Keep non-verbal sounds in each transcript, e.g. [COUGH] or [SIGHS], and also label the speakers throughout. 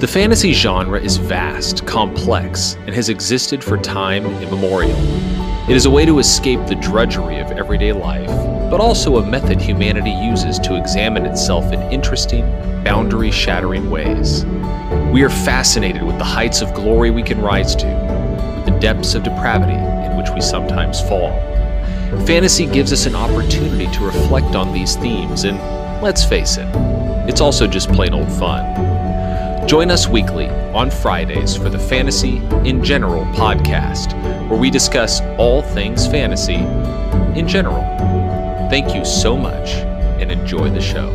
Speaker 1: The fantasy genre is vast, complex, and has existed for time immemorial. It is a way to escape the drudgery of everyday life, but also a method humanity uses to examine itself in interesting, boundary shattering ways. We are fascinated with the heights of glory we can rise to, with the depths of depravity in which we sometimes fall. Fantasy gives us an opportunity to reflect on these themes, and let's face it, it's also just plain old fun. Join us weekly on Fridays for the Fantasy in General podcast, where we discuss all things fantasy in general. Thank you so much and enjoy the show.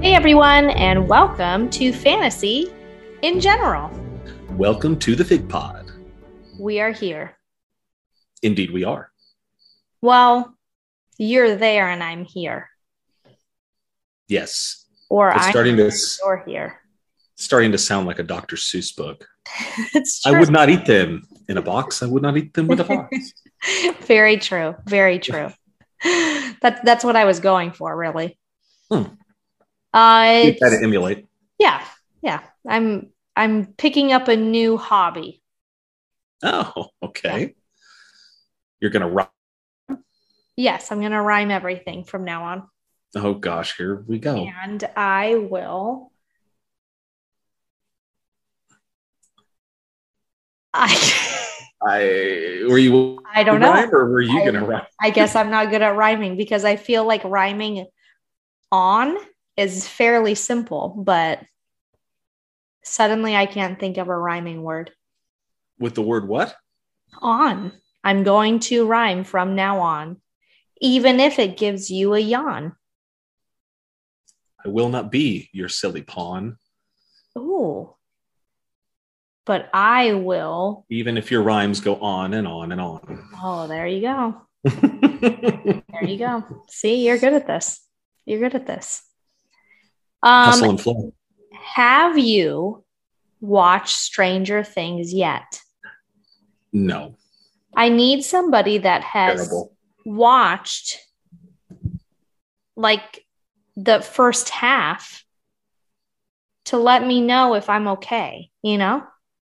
Speaker 2: Hey everyone, and welcome to Fantasy in General.
Speaker 1: Welcome to the Fig Pod.
Speaker 2: We are here.
Speaker 1: Indeed, we are.
Speaker 2: Well, you're there and I'm here.
Speaker 1: Yes,
Speaker 2: Or
Speaker 1: It's
Speaker 2: I'm
Speaker 1: starting to
Speaker 2: here
Speaker 1: s-
Speaker 2: and you're here. [LAUGHS]
Speaker 1: starting to sound like a Dr. Seuss book.
Speaker 2: it's true.
Speaker 1: I would not eat them in a box. I would not eat them with a
Speaker 2: [LAUGHS]
Speaker 1: box.
Speaker 2: Very true. Very true. [LAUGHS] that that's what I was going for, really.
Speaker 1: Hmm.
Speaker 2: Uh
Speaker 1: You try
Speaker 2: it's-
Speaker 1: to emulate.
Speaker 2: yeah, yeah. I'm I'm picking up a new hobby.
Speaker 1: Oh, okay. You're gonna rock.
Speaker 2: Yes, I'm gonna rhyme everything from now on.
Speaker 1: Oh gosh, here we go.
Speaker 2: And I will. I [LAUGHS]
Speaker 1: I were you?
Speaker 2: I don't know.
Speaker 1: Rhyme, or were you
Speaker 2: I-
Speaker 1: gonna rhyme?
Speaker 2: I guess I'm not good at rhyming because I feel like rhyming on is fairly simple, but suddenly I can't think of a rhyming word.
Speaker 1: with the word what?
Speaker 2: On. I'm going to rhyme from now on, even if it gives you a yawn.
Speaker 1: I will not be your silly pawn,
Speaker 2: Ooh. But I will.
Speaker 1: even if your rhymes go on and on and
Speaker 2: [LAUGHS]
Speaker 1: on.
Speaker 2: Oh, there you go. There you go. See, you're good at this. You're good at this.
Speaker 1: Hustle
Speaker 2: Um,
Speaker 1: and flow.
Speaker 2: have you watched Stranger Things yet?
Speaker 1: No,
Speaker 2: I need somebody that has
Speaker 1: terrible.
Speaker 2: watched like the first half to let me know if I'm okay, you know?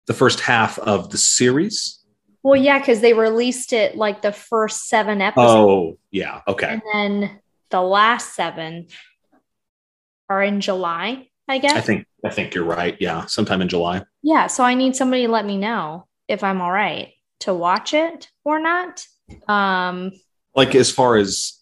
Speaker 1: The first half of the series.
Speaker 2: Well, yeah, because they released it like the first seven episodes.
Speaker 1: Oh, yeah. Okay.
Speaker 2: And then the last seven are in July, I guess.
Speaker 1: I think I think you're right. Yeah, sometime in July.
Speaker 2: yeah. So I need somebody to let me know if I'm all right to watch it or not. Um,
Speaker 1: Like as far as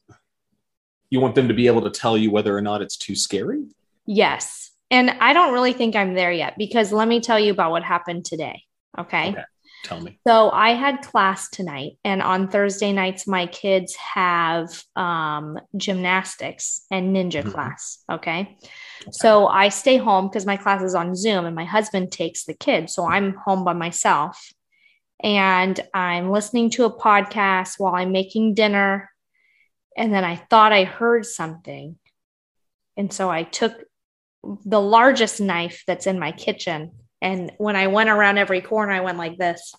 Speaker 1: you want them to be able to tell you whether or not it's too scary.
Speaker 2: yes. And I don't really think I'm there yet because let me tell you about what happened today. Okay.
Speaker 1: Okay. Tell me.
Speaker 2: So I had class tonight, and on Thursday nights, my kids have um, gymnastics and ninja
Speaker 1: Mhm.
Speaker 2: class. Okay. So I stay home because my class is on Zoom and my husband takes the kids. So I'm home by myself and I'm listening to a podcast while I'm making dinner. And then I thought I heard something. And so I took the largest knife that's in my kitchen. And when I went around every corner, I went like this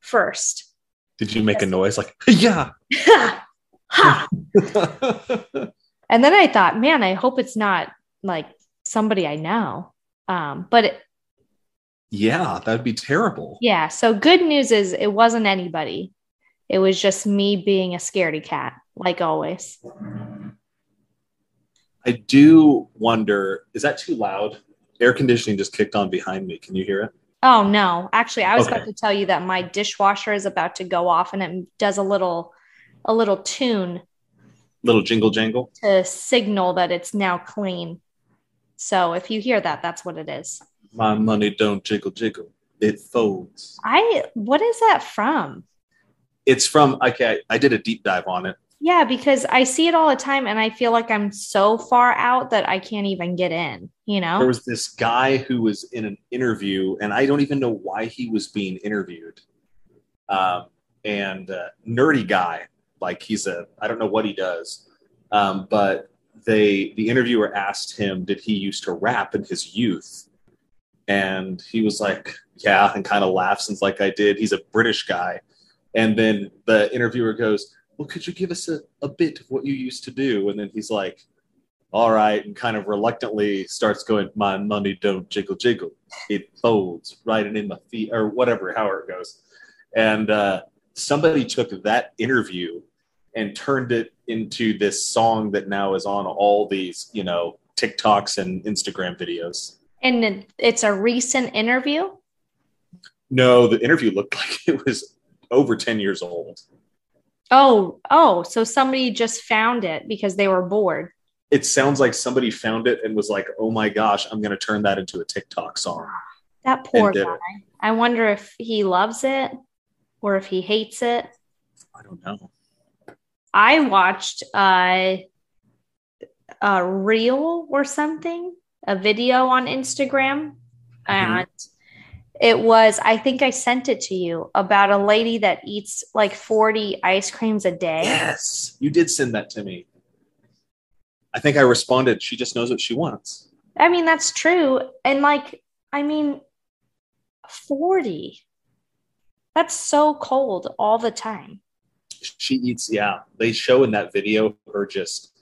Speaker 2: first. [LAUGHS]
Speaker 1: Did you make a noise like [LAUGHS] yeah?
Speaker 2: Ha!
Speaker 1: That's
Speaker 2: And then I thought, man, I hope it's not like somebody I know. Um, but it,
Speaker 1: yeah, that'd be terrible.
Speaker 2: yeah, so good news is it wasn't anybody. It was just me being a scaredy cat, like always.
Speaker 1: I do wonder, is that too loud? Air conditioning just kicked on behind me. Can you hear it?
Speaker 2: Oh no, actually, I was
Speaker 1: Okay.
Speaker 2: about to tell you that my dishwasher is about to go off and it does a little a little tune
Speaker 1: Little jingle jangle.
Speaker 2: to signal that it's now clean. So if you hear that, that's what it is.
Speaker 1: My money don't jiggle jiggle. It folds.
Speaker 2: I what is that from?
Speaker 1: It's from okay, I did a deep dive on it.
Speaker 2: Yeah, because I see it all the time and I feel like I'm so far out that I can't even get in, you know?
Speaker 1: There was this guy who was in an interview, and I don't even know why he was being interviewed. Um, and uh, nerdy guy, like he's a I don't know what he does, um, but they the interviewer asked him, did he used to rap in his youth? And he was like, yeah, and kind of laughs and's like I did. He's a British guy, And then the interviewer goes, Well, could you give us a, a bit of what you used to do? And then he's like, All right. And kind of reluctantly starts going, My money don't jiggle jiggle. It folds right in my feet or whatever, however it goes. And uh, somebody took that interview and turned it into this song that now is on all these, you know, TikToks and Instagram videos.
Speaker 2: And it- it's a recent interview.
Speaker 1: No, the interview looked [LAUGHS] like it was over 10 years old.
Speaker 2: Oh, oh, so somebody just found it because they were bored.
Speaker 1: It sounds like somebody found it and was like, oh my gosh, I'm going to turn that into a TikTok song.
Speaker 2: That poor
Speaker 1: And did
Speaker 2: guy. I wonder if he loves it or if he hates it.
Speaker 1: I don't know.
Speaker 2: I watched uh, a reel or something, a video on Instagram,
Speaker 1: Mm-hmm.
Speaker 2: and it was, I think I sent it to you about a lady that eats like 40 ice creams a day.
Speaker 1: Yes, you did send that to me. I think I responded, she just knows what she wants.
Speaker 2: I mean, that's true. And like, I mean, 40. That's so cold all the time.
Speaker 1: She eats, yeah. They show in that video her just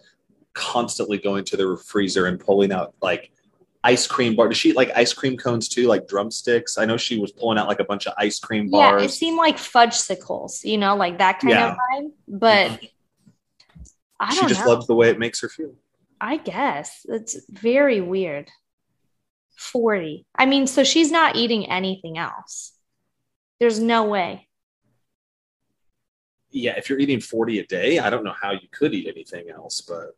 Speaker 1: constantly going to the freezer and pulling out like ice cream bar. Does she eat like ice cream cones too, like drumsticks? I know she was pulling out like a bunch of ice cream bars.
Speaker 2: Yeah, it seemed like fudgesicles, you know, like that kind
Speaker 1: Yeah. Mm-hmm.
Speaker 2: of vibe. But I
Speaker 1: she
Speaker 2: don't
Speaker 1: just
Speaker 2: know.
Speaker 1: loves the way it makes her feel.
Speaker 2: I guess it's very weird. 40. I mean, so she's not eating anything else. There's no way.
Speaker 1: Yeah, if you're eating 40 a day, I don't know how you could eat anything else, but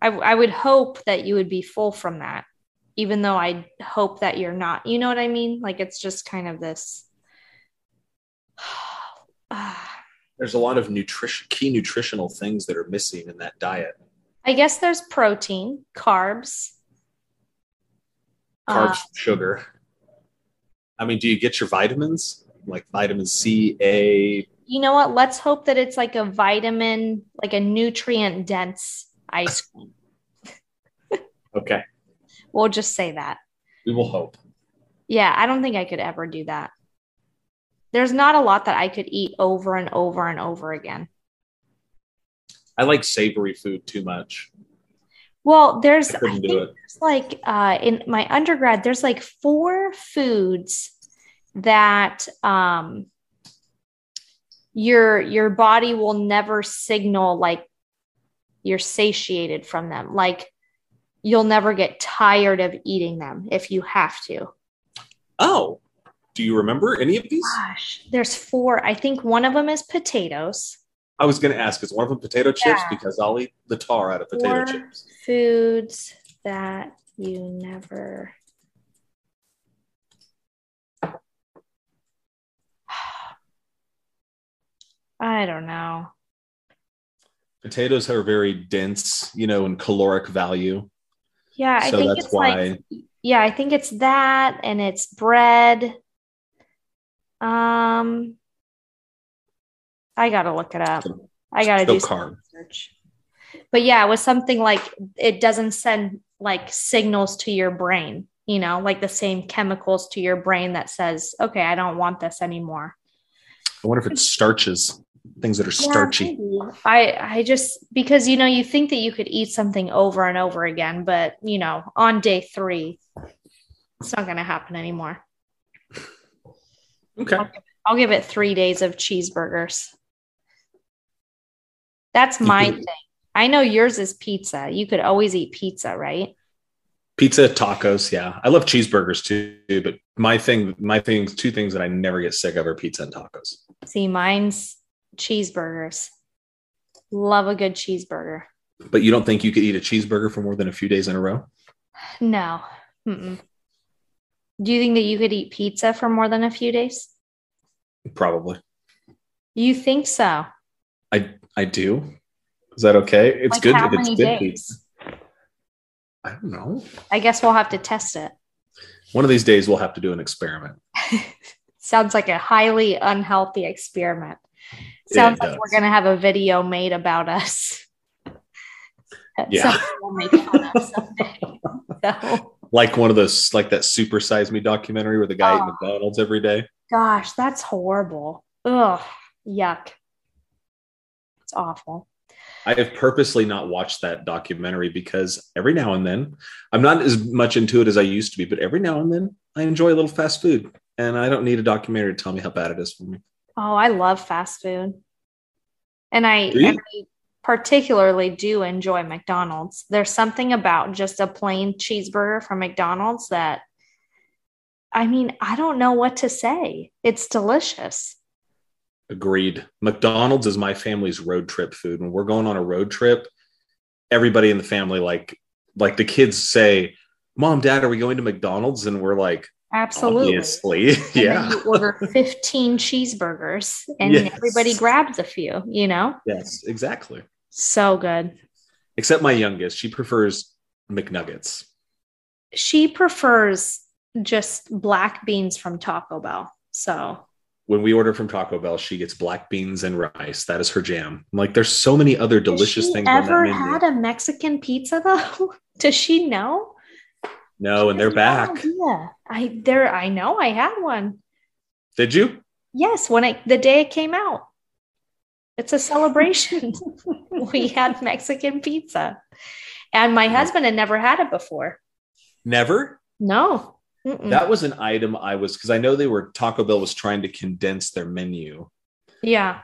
Speaker 2: I, I would hope that you would be full from that, even though I hope that you're not. You know what I mean? Like it's just kind of this. [SIGHS] I
Speaker 1: there's a lot of nutrition key nutritional things that are missing in that diet.
Speaker 2: guess there's protein, carbs.
Speaker 1: Carbs,
Speaker 2: Uh,
Speaker 1: sugar. I mean, do you get your vitamins? Like vitamin C, A,
Speaker 2: you know what? Let's hope that it's like a vitamin, like a nutrient dense ice cream.
Speaker 1: [LAUGHS] okay.
Speaker 2: We'll just say that.
Speaker 1: We will hope.
Speaker 2: Yeah, I don't think I could ever do that. There's not a lot that I could eat over and over and over again.
Speaker 1: I like savory food too much.
Speaker 2: Well,
Speaker 1: I
Speaker 2: there's I
Speaker 1: couldn't
Speaker 2: think
Speaker 1: do it.
Speaker 2: there's like uh, in my undergrad, there's like four foods that um, your your body will never signal like you're satiated from them. Like you'll never get tired of eating them if you have to.
Speaker 1: Oh, do you remember any of these?
Speaker 2: Gosh, there's four. I think one of them is potatoes.
Speaker 1: I was going to ask, is one of them potato chips?
Speaker 2: Yeah.
Speaker 1: Because I'll eat the tar out of potato
Speaker 2: Or-
Speaker 1: chips.
Speaker 2: foods that you never [SIGHS] I don't know.
Speaker 1: Potatoes are very dense, you know, in caloric value.
Speaker 2: Yeah, I
Speaker 1: so
Speaker 2: think
Speaker 1: that's
Speaker 2: it's
Speaker 1: why
Speaker 2: like yeah, I think it's that and it's bread. Um I got to look it up. I got to
Speaker 1: So
Speaker 2: do some
Speaker 1: carb.
Speaker 2: research. But yeah, it was something like it doesn't send like signals to your brain, you know, like the same chemicals to your brain that says, okay, I don't want this anymore.
Speaker 1: I wonder if it's starches, things that are
Speaker 2: Yeah,
Speaker 1: starchy.
Speaker 2: maybe. I I just because you know you think that you could eat something over and over again, but you know, on day 3 it's not going to happen anymore.
Speaker 1: Okay.
Speaker 2: I'll give it 3 days of cheeseburgers. That's my
Speaker 1: could-
Speaker 2: thing. I know yours is pizza. You could always eat pizza, right?
Speaker 1: Pizza, tacos. Yeah. I love cheeseburgers too, but my thing, my things, two things that I never get sick of are pizza and tacos.
Speaker 2: See, mine's cheeseburgers. Love a good cheeseburger.
Speaker 1: But you don't think you could eat a cheeseburger for more than a few days in a row?
Speaker 2: No. Mm-mm. Do you think that you could eat pizza for more than a few days?
Speaker 1: Probably.
Speaker 2: You think so?
Speaker 1: I do. Is that okay? It's
Speaker 2: Like,
Speaker 1: good.
Speaker 2: how
Speaker 1: if it's
Speaker 2: many
Speaker 1: good
Speaker 2: days?
Speaker 1: pizza. I don't know.
Speaker 2: I guess we'll have to test it.
Speaker 1: One of these days we'll have to do an experiment.
Speaker 2: Sounds like a highly unhealthy experiment.
Speaker 1: It
Speaker 2: Sounds like
Speaker 1: does.
Speaker 2: we're going to have a video made about us. That
Speaker 1: [LAUGHS] Yeah.
Speaker 2: someone will make fun of someday. [LAUGHS] So,
Speaker 1: Like one of those, like that Super Size Me documentary where the guy ate
Speaker 2: Oh.
Speaker 1: McDonald's every day.
Speaker 2: gosh, that's horrible. Ugh. Yuck. It's awful.
Speaker 1: I have purposely not watched that documentary because every now and then, I'm not as much into it as I used to be, but every now and then I enjoy a little fast food and I don't need a documentary to tell me how bad it is for me.
Speaker 2: Oh, I love fast food. And I,
Speaker 1: Do you?
Speaker 2: and I particularly do enjoy McDonald's. There's something about just a plain cheeseburger from McDonald's that, I mean, I don't know what to say. It's delicious.
Speaker 1: Agreed. McDonald's is my family's road trip food. When we're going on a road trip, everybody in the family like like the kids say, "Mom, Dad, are we going to McDonald's?" And we're like,
Speaker 2: Absolutely.
Speaker 1: "Obviously, [LAUGHS]
Speaker 2: And
Speaker 1: yeah."
Speaker 2: then you
Speaker 1: [LAUGHS]
Speaker 2: order 15 cheeseburgers and
Speaker 1: Yes.
Speaker 2: everybody grabs a few, you know?
Speaker 1: Yes, exactly.
Speaker 2: So good.
Speaker 1: Except my youngest, she prefers McNuggets.
Speaker 2: She prefers just black beans from Taco Bell. So
Speaker 1: When we order from Taco Bell, she gets black beans and rice. That is her jam. I'm like, there's so many other delicious
Speaker 2: Has she
Speaker 1: things on that
Speaker 2: Ever
Speaker 1: menu.
Speaker 2: had a Mexican pizza though? [LAUGHS] Does she know?
Speaker 1: no, and they're back.
Speaker 2: Yeah, I there. I know. I had one.
Speaker 1: Did you?
Speaker 2: Yes, when it the day it came out. It's a celebration. [LAUGHS] we had Mexican pizza, and my husband had never had it before.
Speaker 1: Never?
Speaker 2: No. Mm-mm.
Speaker 1: That was an item I was because I know they were Taco Bell was trying to condense their menu,
Speaker 2: yeah.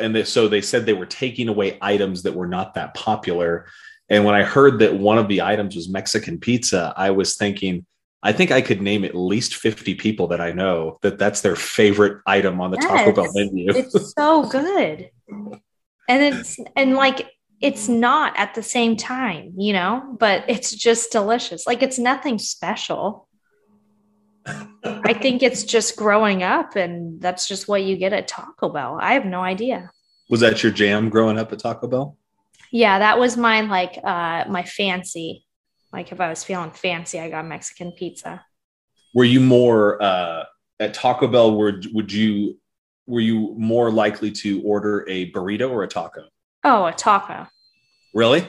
Speaker 1: and they, so they said they were taking away items that were not that popular. And when I heard that one of the items was Mexican pizza, I was thinking, I think I could name at least fifty people that I know that that's their favorite item on the Taco
Speaker 2: Yes.
Speaker 1: Bell menu.
Speaker 2: it's so good and it's and like it's not at the same time you know but it's just delicious like it's nothing special i think it's just growing up and that's just what you get at taco bell i have no idea
Speaker 1: [LAUGHS] Was that your jam growing up at Taco Bell?
Speaker 2: yeah that was my like uh my fancy like if i was feeling fancy i got mexican pizza
Speaker 1: Were you more uh, at Taco Bell? Would would you were you more likely to order a burrito or a taco?
Speaker 2: oh a taco
Speaker 1: Really?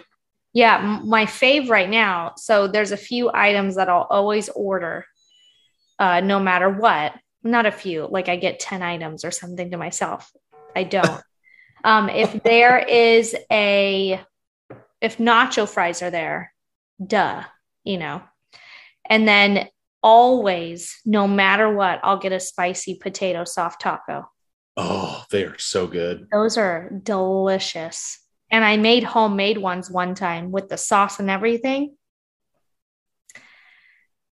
Speaker 2: Yeah, m- my fave right now. So there's a few items that I'll always order, uh, no matter what. Not a few, like I get 10 items or something to myself. I don't. um, if there is a, if nacho fries are there, duh, you know. And then always, no matter what, I'll get a spicy potato soft taco.
Speaker 1: Oh, they are so good.
Speaker 2: Those are delicious. And I made homemade ones one time with the sauce and everything.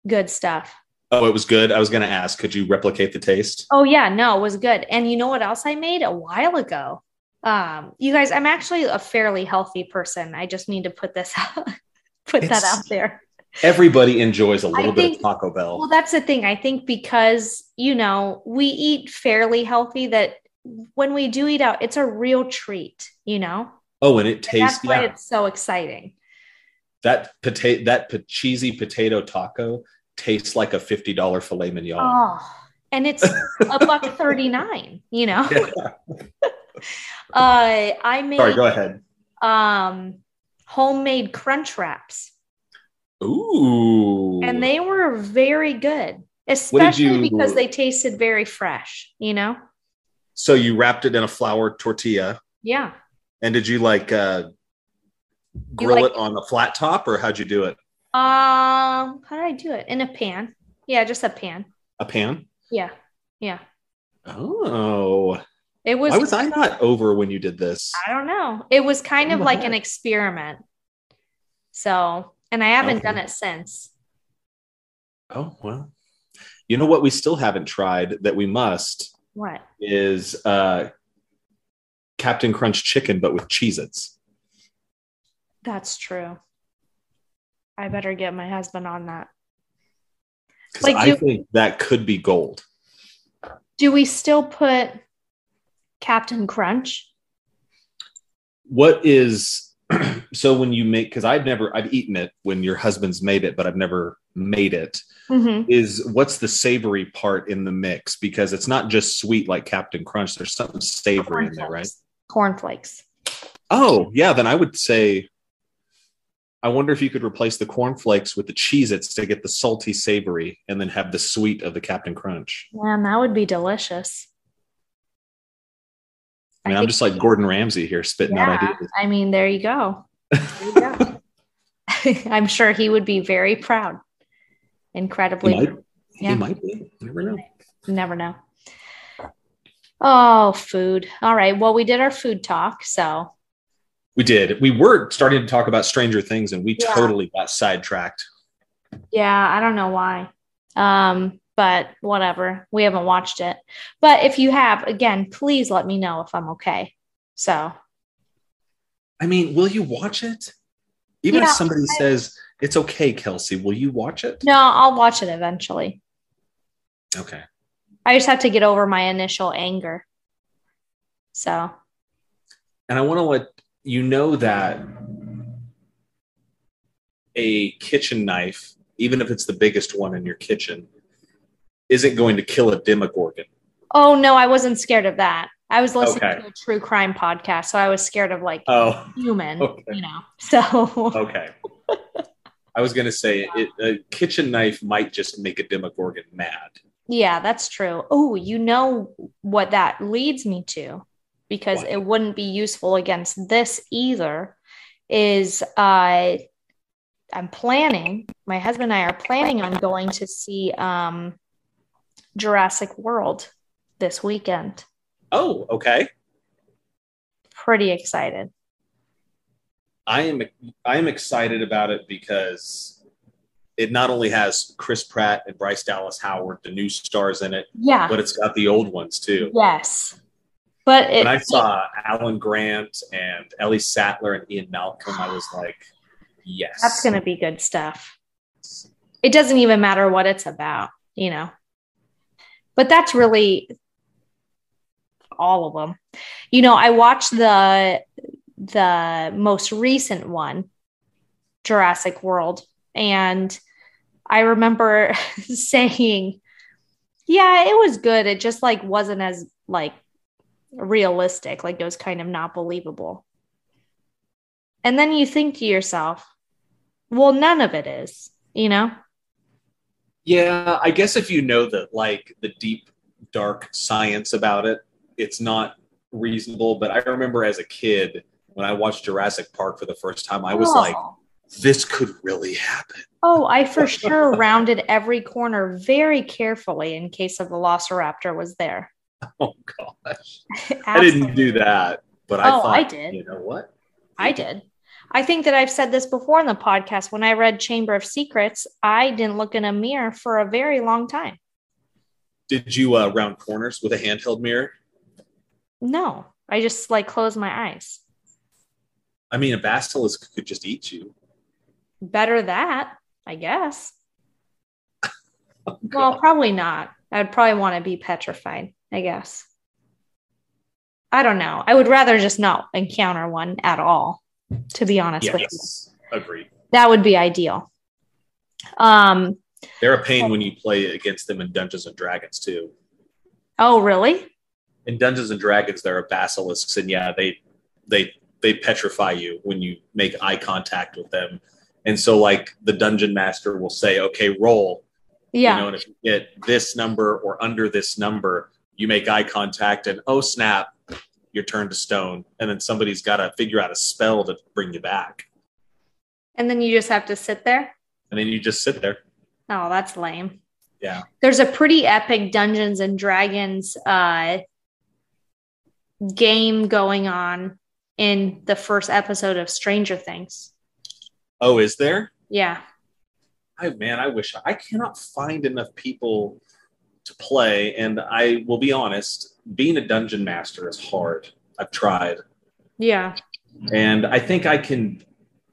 Speaker 2: Good stuff.
Speaker 1: Oh, it was good. I was going to ask, could you replicate the taste?
Speaker 2: Oh yeah, no, it was good. And you know what else I made a while ago? Um, you guys, I'm actually a fairly healthy person. I just need to put this [LAUGHS] out, put that
Speaker 1: It's-
Speaker 2: out there.
Speaker 1: Everybody enjoys a little bit
Speaker 2: think-
Speaker 1: of Taco Bell.
Speaker 2: Well, that's the thing. I think because, you know, we eat fairly healthy that when we do eat out, it's a real treat, you know?
Speaker 1: oh, and it
Speaker 2: And
Speaker 1: tastes
Speaker 2: that's why
Speaker 1: yeah.
Speaker 2: it's so exciting.
Speaker 1: That potato that po- cheesy potato taco tastes like a $50 filet mignon.
Speaker 2: Oh, and it's
Speaker 1: [LAUGHS]
Speaker 2: a buck thirty nine. You know,
Speaker 1: Yeah.
Speaker 2: [LAUGHS] uh, I made
Speaker 1: Sorry, go ahead.
Speaker 2: um homemade crunch wraps,
Speaker 1: Ooh.
Speaker 2: and they were very good, especially
Speaker 1: you-
Speaker 2: because they tasted very fresh. You know,
Speaker 1: so you wrapped it in a flour tortilla
Speaker 2: yeah.
Speaker 1: and did you like uh grill
Speaker 2: like-
Speaker 1: it on a flat top or how'd you do it?
Speaker 2: Um, how did I do it in a pan? Yeah, just a pan.
Speaker 1: A pan?
Speaker 2: Yeah, yeah.
Speaker 1: Oh.
Speaker 2: It was.
Speaker 1: Why was I Oh not over when you did this?
Speaker 2: I don't know. It was kind of
Speaker 1: What?
Speaker 2: like an experiment. So, and I haven't
Speaker 1: Okay.
Speaker 2: done it since.
Speaker 1: Oh, well. You know what we still haven't tried that we must
Speaker 2: What?
Speaker 1: is uh Captain Crunch chicken but with Cheez-Its.
Speaker 2: That's true. I better get my husband on that.
Speaker 1: Cuz
Speaker 2: Like,
Speaker 1: I
Speaker 2: do-
Speaker 1: think that could be gold.
Speaker 2: Do we still put Captain Crunch?
Speaker 1: What is [CLEARS THROAT] so when you make cuz I've never I've eaten it when your husband's made it but I've never made it
Speaker 2: Mm-hmm.
Speaker 1: is what's the savory part in the mix because it's not just sweet like Captain Crunch there's something savory in there, right?
Speaker 2: Cornflakes.
Speaker 1: Oh, yeah, then I would say I wonder if you could replace the cornflakes with the Cheez Its to get the salty savory and then have the sweet of the Captain Crunch.
Speaker 2: Man, that would be delicious.
Speaker 1: I mean, I'm just like Gordon Ramsay here spitting out
Speaker 2: yeah,
Speaker 1: ideas.
Speaker 2: I mean, there you go. There you go. [LAUGHS] I'm sure he would be very proud. Incredibly,
Speaker 1: He might.
Speaker 2: proud. yeah.
Speaker 1: He might be. You never know.
Speaker 2: You never know. Oh, food. All right. Well, we did our food talk, so
Speaker 1: We did. We were starting to talk about Stranger Things, and we
Speaker 2: Yeah.
Speaker 1: totally got sidetracked.
Speaker 2: Yeah, I don't know why. Um, but whatever. We haven't watched it. But if you have, again, please let me know if I'm okay. So
Speaker 1: I mean, will you watch it? Even
Speaker 2: Yeah,
Speaker 1: if somebody says it's okay, Kelsey, will you watch it?
Speaker 2: no, I'll watch it eventually.
Speaker 1: Okay.
Speaker 2: I just have to get over my initial anger. So
Speaker 1: And I want to let you know that a kitchen knife, even if it's the biggest one in your kitchen, isn't going to kill a demogorgon.
Speaker 2: oh no, I wasn't scared of that. I was listening
Speaker 1: Okay.
Speaker 2: to a true crime podcast, so I was scared of like
Speaker 1: Oh,
Speaker 2: human,
Speaker 1: Okay.
Speaker 2: you know. [LAUGHS] So
Speaker 1: okay. I was going to say it, a kitchen knife might just make a demogorgon mad.
Speaker 2: yeah, that's true. Oh, you know what that leads me to because
Speaker 1: What?
Speaker 2: it wouldn't be useful against this either is uh I'm planning, my husband and I are planning on going to see um Jurassic World this weekend.
Speaker 1: Oh, okay.
Speaker 2: Pretty excited.
Speaker 1: I am I am excited about it because it not only has Chris Pratt and Bryce Dallas Howard, the new stars in it,
Speaker 2: Yeah.
Speaker 1: but it's got the old ones too.
Speaker 2: Yes. But it
Speaker 1: When I saw Alan Grant and Ellie Sattler and Ian Malcolm, I was like, yes.
Speaker 2: that's going to be good stuff. It doesn't even matter what it's about, you know. But that's really all of them. You know, I watched the the most recent one, Jurassic World, and I remember [LAUGHS] saying, "Yeah, it was good. It just like wasn't as like realistic. Like it was kind of not believable." And then you think to yourself, well, none of it is, you know?
Speaker 1: yeah, I guess if you know that like the deep dark science about it, it's not reasonable. But I remember as a kid when I watched Jurassic Park for the first time, I was
Speaker 2: Oh.
Speaker 1: like, this could really happen. [LAUGHS]
Speaker 2: oh, I for sure rounded every corner very carefully in case a velociraptor was there.
Speaker 1: Oh gosh. I didn't do
Speaker 2: Absolutely.
Speaker 1: that, but I
Speaker 2: Oh,
Speaker 1: thought
Speaker 2: I did.
Speaker 1: You know what?
Speaker 2: I did. I think that I've said this before in the podcast. When I read Chamber of Secrets, I didn't look in a mirror for a very long time.
Speaker 1: Did you uh, round corners with a handheld mirror?
Speaker 2: No, I just like closed my eyes.
Speaker 1: I mean, a basilisk could just eat you.
Speaker 2: Better that,
Speaker 1: [LAUGHS]
Speaker 2: I guess.
Speaker 1: Oh, God.
Speaker 2: Well, probably not. I'd probably want to be petrified, I guess. I don't know. I would rather just not encounter one at all, to be honest with you.
Speaker 1: yes, agreed.
Speaker 2: That would be ideal. Um,
Speaker 1: They're a pain when you play against them in Dungeons and Dragons too.
Speaker 2: oh really?
Speaker 1: In Dungeons and Dragons, there are basilisks, and yeah, they they they petrify you when you make eye contact with them. And so, like the dungeon master will say, "Okay, roll,"
Speaker 2: Yeah.
Speaker 1: you know, and if you get this number or under this number, you make eye contact, and oh snap, you're turned to stone. And then somebody's got to figure out a spell to bring you back,
Speaker 2: and then you just have to sit there?
Speaker 1: and then you just sit there.
Speaker 2: Oh, that's lame.
Speaker 1: Yeah.
Speaker 2: There's a pretty epic Dungeons and Dragons uh game going on in the first episode of Stranger Things.
Speaker 1: Oh, is there?
Speaker 2: Yeah.
Speaker 1: I man, I wish I cannot find enough people to play. And I will be honest, being a dungeon master is hard. I've tried,
Speaker 2: Yeah. Mm-hmm.
Speaker 1: and I think I can.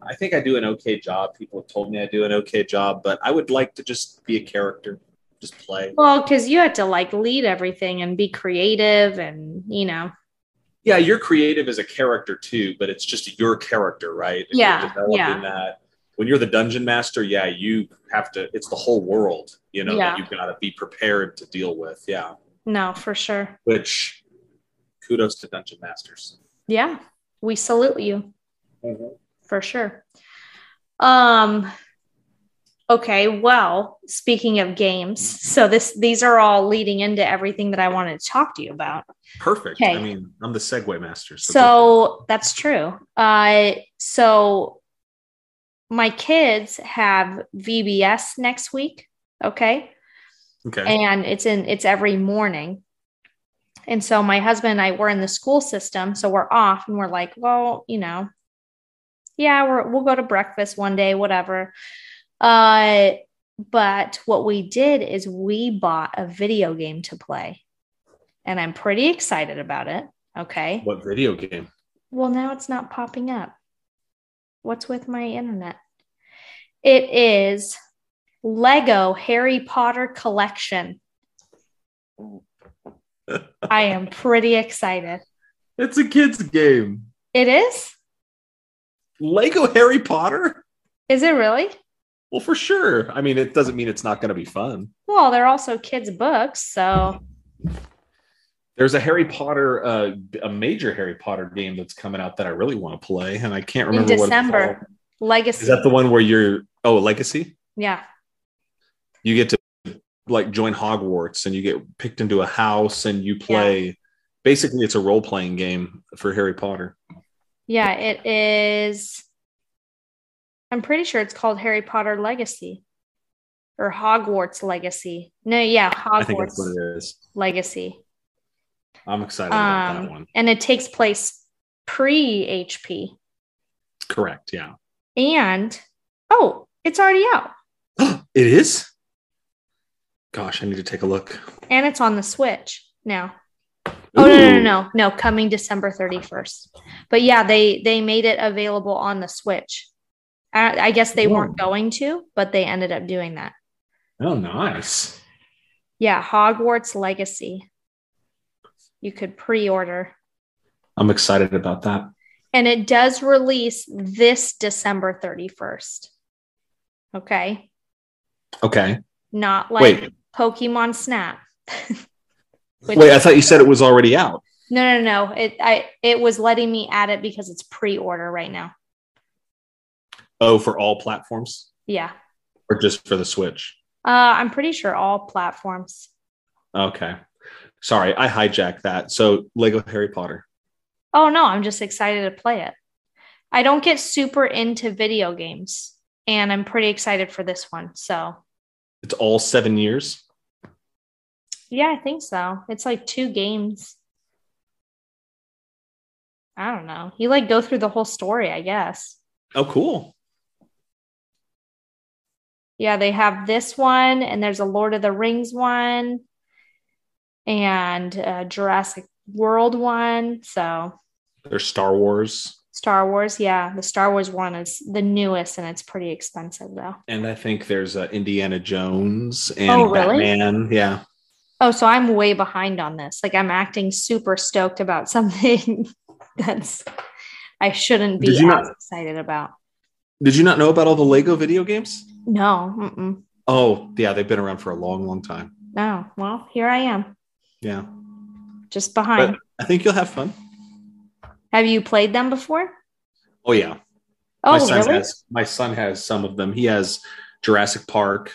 Speaker 1: I think I do an okay job. People have told me I do an okay job, but I would like to just be a character, just play.
Speaker 2: Well, because you had to like lead everything and be creative and, you know,
Speaker 1: Yeah, you're creative as a character too, but it's just your character, right? And you're
Speaker 2: Yeah,
Speaker 1: developing
Speaker 2: yeah.
Speaker 1: that. When you're the dungeon master, yeah, you have to. It's the whole world, you know,
Speaker 2: Yeah.
Speaker 1: that you've got to be prepared to deal with. Yeah.
Speaker 2: no, for sure.
Speaker 1: which kudos to dungeon masters
Speaker 2: Yeah. We
Speaker 1: Mm-hmm.
Speaker 2: salute you for sure. Um, Okay, well, speaking of games, so this these are all leading into everything that I wanted to talk to you about.
Speaker 1: Perfect. I
Speaker 2: Okay.
Speaker 1: mean, I'm the segue master.
Speaker 2: So that's true. Uh, so my kids have VBS next week. Okay.
Speaker 1: okay.
Speaker 2: and it's in it's every morning and so my husband and i were in the school system so we're off and we're like well you know yeah we're, we'll go to breakfast one day whatever uh but what we did is we bought a video game to play and i'm pretty excited about it okay
Speaker 1: What video game?
Speaker 2: well, now it's not popping up. What's with my internet? It is Lego Harry Potter Collection.
Speaker 1: [LAUGHS]
Speaker 2: I am pretty excited.
Speaker 1: It's a kids game.
Speaker 2: It is?
Speaker 1: Lego Harry Potter?
Speaker 2: Is it really?
Speaker 1: Well, for sure. I mean, it doesn't mean it's not going to be fun.
Speaker 2: Well, they're also kids' books, so
Speaker 1: There's a Harry Potter, uh, a major Harry Potter game that's coming out that I really want to play, and I can't
Speaker 2: in
Speaker 1: remember what it's
Speaker 2: December.
Speaker 1: called.
Speaker 2: Legacy.
Speaker 1: Is that the one where you're? Oh, Legacy.
Speaker 2: yeah.
Speaker 1: You get to like join Hogwarts, and you get picked into a house, and you play. Basically, it's a role playing game for Harry Potter.
Speaker 2: Yeah, it is. I'm pretty sure it's called Harry Potter Legacy or Hogwarts Legacy. No, yeah,
Speaker 1: I think that's what
Speaker 2: Hogwarts
Speaker 1: it is.
Speaker 2: Legacy.
Speaker 1: I'm excited about
Speaker 2: Um,
Speaker 1: that one.
Speaker 2: and it takes place pre HP.
Speaker 1: Correct. Yeah. [GASPS]
Speaker 2: And oh, it's already out,
Speaker 1: it is. Gosh, I need to take a look.
Speaker 2: and it's on the Switch now. Oh no, no,
Speaker 1: Ooh.
Speaker 2: no, no, no! Coming December thirty first. But yeah, they they made it available on the Switch. I, I guess they weren't going to, but they ended up doing that.
Speaker 1: Oh, nice.
Speaker 2: Yeah, Hogwarts Legacy. You could pre-order,
Speaker 1: I'm excited about that.
Speaker 2: and it does release this December thirty first. Okay,
Speaker 1: Okay.
Speaker 2: not like
Speaker 1: Wait,
Speaker 2: Pokemon Snap. [LAUGHS] Which-
Speaker 1: wait. I thought you said it was already out.
Speaker 2: no, no, no. It I it was letting me add it because it's pre-order right now.
Speaker 1: Oh, for all platforms
Speaker 2: Yeah,
Speaker 1: or just for the Switch?
Speaker 2: uh, I'm pretty sure all platforms.
Speaker 1: Okay. Sorry, I hijacked that. So, Lego Harry Potter.
Speaker 2: Oh no, I'm just excited to play it. I don't get super into video games, and I'm pretty excited for this one. So
Speaker 1: It's all seven years.
Speaker 2: yeah, I think so. It's like two games. I don't know. You like go through the whole story, I guess.
Speaker 1: Oh, cool.
Speaker 2: Yeah, they have this one, and there's a Lord of the Rings one, and a Jurassic World one. So
Speaker 1: There's Star Wars.
Speaker 2: Star Wars, yeah, the Star Wars one is the newest, and it's pretty expensive though.
Speaker 1: And I think there's uh, Indiana Jones and
Speaker 2: Oh, really?
Speaker 1: Batman. Yeah.
Speaker 2: Oh, so I'm way behind on this. Like I'm acting super stoked about [LAUGHS] something that's I shouldn't be
Speaker 1: Did you
Speaker 2: as
Speaker 1: not-
Speaker 2: excited about.
Speaker 1: Did you not know about all the Lego video games?
Speaker 2: No, mm-mm,
Speaker 1: Oh, yeah. They've been around for a long, long time.
Speaker 2: no. Well, here I am,
Speaker 1: Yeah.
Speaker 2: just behind.
Speaker 1: I think you'll have fun.
Speaker 2: have you played them before?
Speaker 1: Oh yeah, my
Speaker 2: Oh,
Speaker 1: son
Speaker 2: really?
Speaker 1: has my son has some of them. He has Jurassic Park,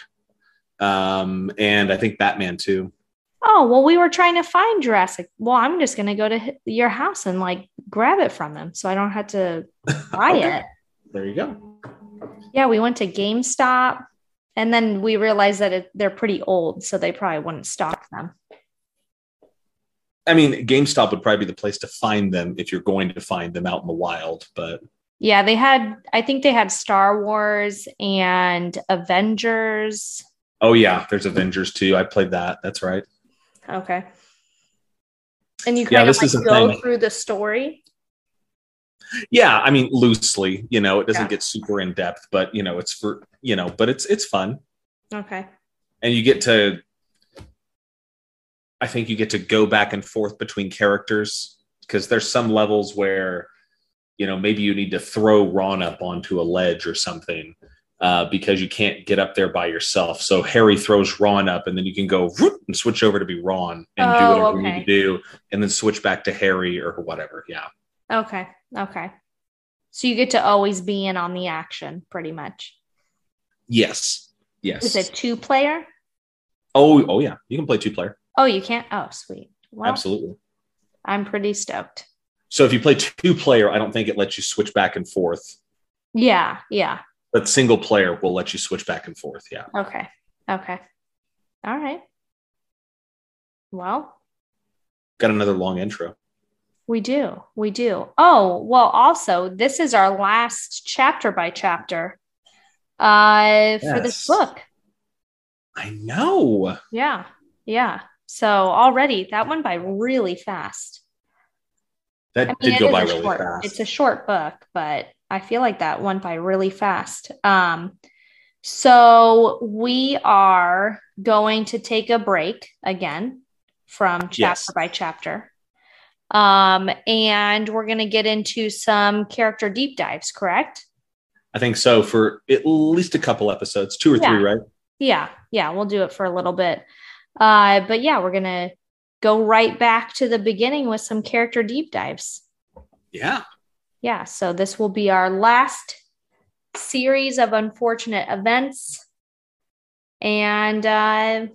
Speaker 1: um, and I think Batman too.
Speaker 2: Oh, well, we were trying to find Jurassic. Well, I'm just going to go to h- your house and like grab it from them so I don't
Speaker 1: [LAUGHS]
Speaker 2: have to buy
Speaker 1: Okay.
Speaker 2: it.
Speaker 1: There you go.
Speaker 2: Yeah, we went to GameStop and then we realized that it, they're pretty old, so they probably wouldn't stock them.
Speaker 1: I mean, GameStop would probably be the place to find them if you're going to find them out in the wild. But
Speaker 2: Yeah, they had, I think they had Star Wars and Avengers.
Speaker 1: oh yeah, there's Avengers too. I played that. That's right.
Speaker 2: Okay. And you
Speaker 1: Yeah,
Speaker 2: kind
Speaker 1: this
Speaker 2: of
Speaker 1: is
Speaker 2: like
Speaker 1: the
Speaker 2: go
Speaker 1: thing.
Speaker 2: through the story.
Speaker 1: Yeah, I mean loosely. You know, it doesn't
Speaker 2: Yeah.
Speaker 1: get super in depth, but you know, it's for you know, but it's it's fun,
Speaker 2: Okay.
Speaker 1: and you get to. I think you get to go back and forth between characters because there's some levels where you know maybe you need to throw Ron up onto a ledge or something uh, because you can't get up there by yourself. So Harry throws Ron up, and then you can go whoop, and switch over to be Ron and do
Speaker 2: Oh,
Speaker 1: whatever you
Speaker 2: okay.
Speaker 1: need to do, and then switch back to Harry or whatever. Yeah,
Speaker 2: Okay. Okay. So you get to always be in on the action pretty much.
Speaker 1: yes, Yes.
Speaker 2: Is it two player?
Speaker 1: oh, oh yeah. You can play two player.
Speaker 2: Oh, you can't. Oh, sweet. Well,
Speaker 1: Absolutely.
Speaker 2: I'm pretty stoked.
Speaker 1: So if you play two player, I don't think it lets you switch back and forth.
Speaker 2: Yeah, yeah.
Speaker 1: But single player will let you switch back and forth. Yeah.
Speaker 2: Okay. Okay. All right. Well,
Speaker 1: Got another long intro.
Speaker 2: we do. We do. Oh, well, also, this is our last chapter by chapter uh for
Speaker 1: Yes.
Speaker 2: this book.
Speaker 1: I know.
Speaker 2: Yeah. Yeah. So already that went by really fast.
Speaker 1: That
Speaker 2: I mean,
Speaker 1: did
Speaker 2: it
Speaker 1: go
Speaker 2: is
Speaker 1: by
Speaker 2: a
Speaker 1: really
Speaker 2: short-
Speaker 1: fast.
Speaker 2: It's a short book, but I feel like that went by really fast. Um, so we are going to take a break again from chapter
Speaker 1: Yes.
Speaker 2: by chapter. Um, and we're going to get into some character deep dives, correct?
Speaker 1: I think so for at least a couple episodes, two or
Speaker 2: Yeah.
Speaker 1: three, right?
Speaker 2: Yeah. Yeah. We'll do it for a little bit. Uh, but yeah, we're going to go right back to the beginning with some character deep dives.
Speaker 1: Yeah.
Speaker 2: yeah, so this will be our last series of unfortunate events. And uh,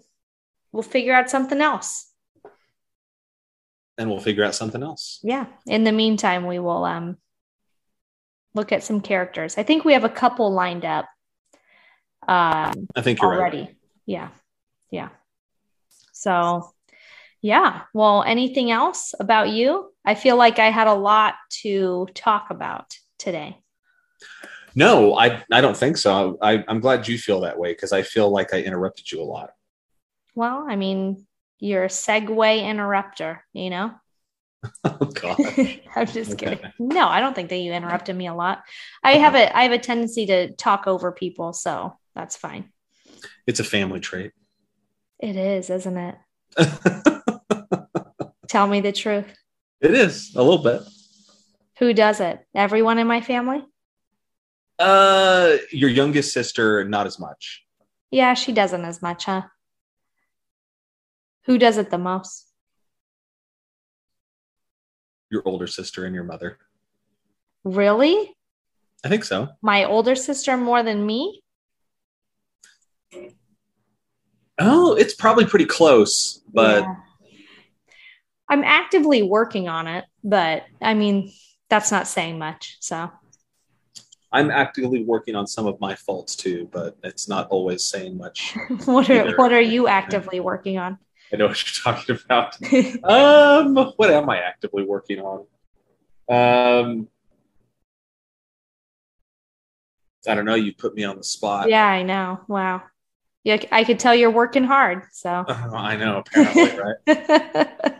Speaker 2: we'll figure out something else.
Speaker 1: And we'll figure out something else.
Speaker 2: Yeah. In the meantime, we will um, look at some characters. I think we have a couple lined up um,
Speaker 1: I think you're
Speaker 2: already.
Speaker 1: right.
Speaker 2: Yeah. Yeah. So, yeah. Well, anything else about you? I feel like I had a lot to talk about today.
Speaker 1: No, I, I don't think so. I, I'm glad you feel that way because I feel like I interrupted you a lot. [LAUGHS]
Speaker 2: Well, I mean, you're a segue interrupter, you know? [LAUGHS]
Speaker 1: Oh, God.
Speaker 2: I'm just
Speaker 1: Okay.
Speaker 2: kidding. No, I don't think that you interrupted me a lot. I have a I have a tendency to talk over people, so that's fine.
Speaker 1: it's a family trait.
Speaker 2: It is, isn't it?
Speaker 1: it
Speaker 2: Tell me the truth.
Speaker 1: is a little bit.
Speaker 2: Who does it? Everyone in my family?
Speaker 1: Uh, your youngest sister, not as much.
Speaker 2: Yeah, she doesn't as much, huh? Who does it the most?
Speaker 1: Your older sister and your mother.
Speaker 2: Really?
Speaker 1: I think so.
Speaker 2: My older sister more than me?
Speaker 1: Oh, it's probably pretty close, but
Speaker 2: Yeah. I'm actively working on it, but I mean, that's not saying much. So, [LAUGHS]
Speaker 1: I'm actively working on some of my faults too. But it's not always saying much.
Speaker 2: what are
Speaker 1: Either.
Speaker 2: what are you actively working on? [LAUGHS]
Speaker 1: I know what you're talking about. Um, what am I actively working on? Um, I don't know. You put me on the spot.
Speaker 2: yeah, I know. Wow. Yeah, I could tell you're working hard. So, [LAUGHS]
Speaker 1: Uh, I know. Apparently, right?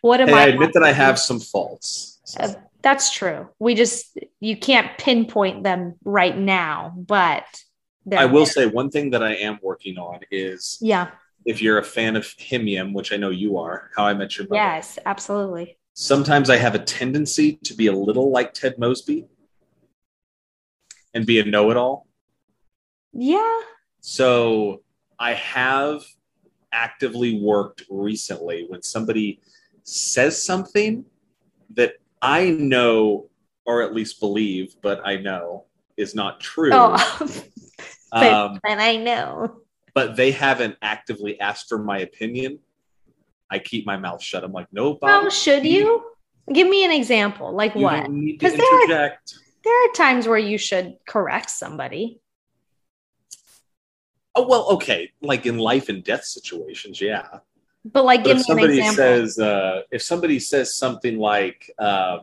Speaker 2: what am
Speaker 1: hey,
Speaker 2: I?
Speaker 1: I admit that I have some faults.
Speaker 2: Uh, That's true. We just you can't pinpoint them right now, but they're
Speaker 1: I
Speaker 2: there.
Speaker 1: will say one thing that I am working on is
Speaker 2: Yeah.
Speaker 1: if you're a fan of Himium, which I know you are, How I Met Your Mother.
Speaker 2: Yes. Absolutely.
Speaker 1: Sometimes I have a tendency to be a little like Ted Mosby and be a know-it-all.
Speaker 2: Yeah.
Speaker 1: So I have actively worked recently when somebody says something that I know or at least believe, but I know is not true.
Speaker 2: Oh, [LAUGHS]
Speaker 1: um,
Speaker 2: and I know.
Speaker 1: but they haven't actively asked for my opinion. I keep my mouth shut. I'm like, no,
Speaker 2: Well,
Speaker 1: Bob,
Speaker 2: should you? Give me an example. Like
Speaker 1: you
Speaker 2: what?
Speaker 1: don't need to
Speaker 2: 'Cause they're-
Speaker 1: interject.
Speaker 2: There are times where you should correct somebody.
Speaker 1: Oh well, okay, like in life and death situations, yeah.
Speaker 2: But like
Speaker 1: But
Speaker 2: give
Speaker 1: if
Speaker 2: me an
Speaker 1: somebody
Speaker 2: example.
Speaker 1: says, uh, if somebody says something like, um,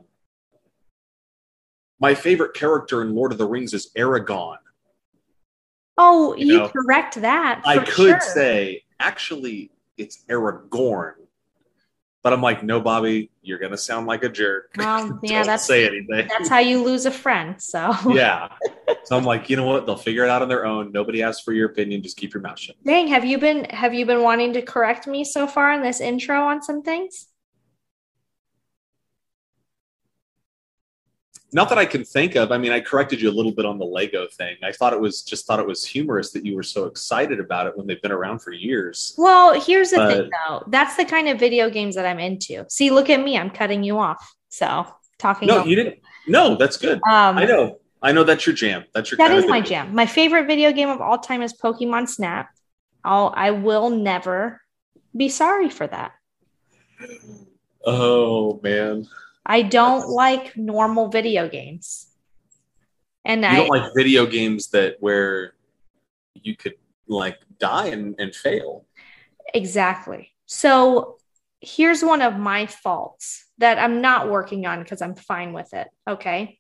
Speaker 1: "My favorite character in Lord of the Rings is Aragon,"
Speaker 2: oh,
Speaker 1: you
Speaker 2: you,
Speaker 1: know,
Speaker 2: correct that.
Speaker 1: I
Speaker 2: for
Speaker 1: could
Speaker 2: sure.
Speaker 1: say, actually, it's Aragorn. But I'm like, no, Bobby, you're gonna sound like a jerk. [LAUGHS]
Speaker 2: Well, yeah,
Speaker 1: Don't
Speaker 2: that's
Speaker 1: say anything.
Speaker 2: that's how you lose a friend. So
Speaker 1: [LAUGHS] yeah. So I'm like, you know what? They'll figure it out on their own. Nobody asked for your opinion. Just keep your mouth shut.
Speaker 2: [LAUGHS] dang, have you been have you been wanting to correct me so far in this intro on some things?
Speaker 1: Not that I can think of. I mean, I corrected you a little bit on the Lego thing. I thought it was just thought it was humorous that you were so excited about it when they've been around for years.
Speaker 2: Well, here's the thing though. That's the kind of video games that I'm into. See, look at me, I'm cutting you off. So talking
Speaker 1: No,
Speaker 2: over-
Speaker 1: you didn't. No, that's good.
Speaker 2: um
Speaker 1: I know. I know that's your jam. That's your
Speaker 2: That
Speaker 1: kinda [LAUGHS]
Speaker 2: is my
Speaker 1: video.
Speaker 2: jam. My favorite video game of all time is Pokemon Snap. I'll, I will never be sorry for that.
Speaker 1: Oh man,
Speaker 2: I don't like normal video games. And
Speaker 1: you
Speaker 2: I,
Speaker 1: don't like video games that where you could like die and, and fail.
Speaker 2: exactly. So here's one of my faults that I'm not working on because I'm fine with it. Okay.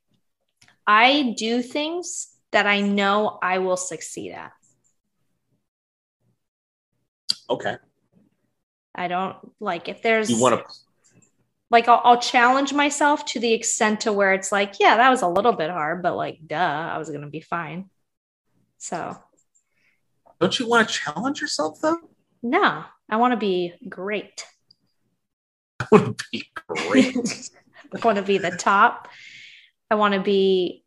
Speaker 2: I do things that I know I will succeed at.
Speaker 1: Okay,
Speaker 2: I don't like if there's
Speaker 1: you want to
Speaker 2: like I'll, I'll challenge myself to the extent to where it's like, yeah, that was a little bit hard, but like, duh, I was gonna be fine. So
Speaker 1: don't you want to challenge yourself though? [LAUGHS]
Speaker 2: no, I want to be great.
Speaker 1: That would be
Speaker 2: [LAUGHS]
Speaker 1: great.
Speaker 2: I want to be the top. I want to be.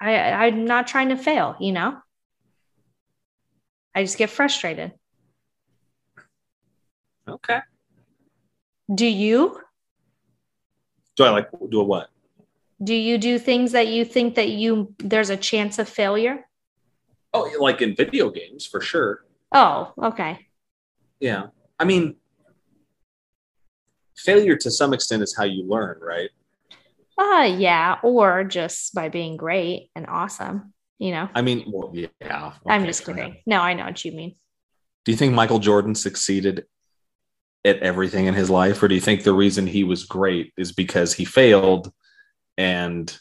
Speaker 2: I I'm not trying to fail, you know. I just get frustrated.
Speaker 1: okay.
Speaker 2: Do you?
Speaker 1: Do I like do a what?
Speaker 2: Do you do things that you think that you there's a chance of failure?
Speaker 1: Oh, like in video games for sure.
Speaker 2: Oh, okay.
Speaker 1: Yeah. I mean, failure to some extent is how you learn, right?
Speaker 2: Uh yeah, or just by being great and awesome, you know.
Speaker 1: I mean, well, yeah.
Speaker 2: I'm
Speaker 1: okay,
Speaker 2: just
Speaker 1: fair enough.
Speaker 2: kidding. No, I know what you mean.
Speaker 1: Do you think Michael Jordan succeeded at everything in his life, or do you think the reason he was great is because he failed? And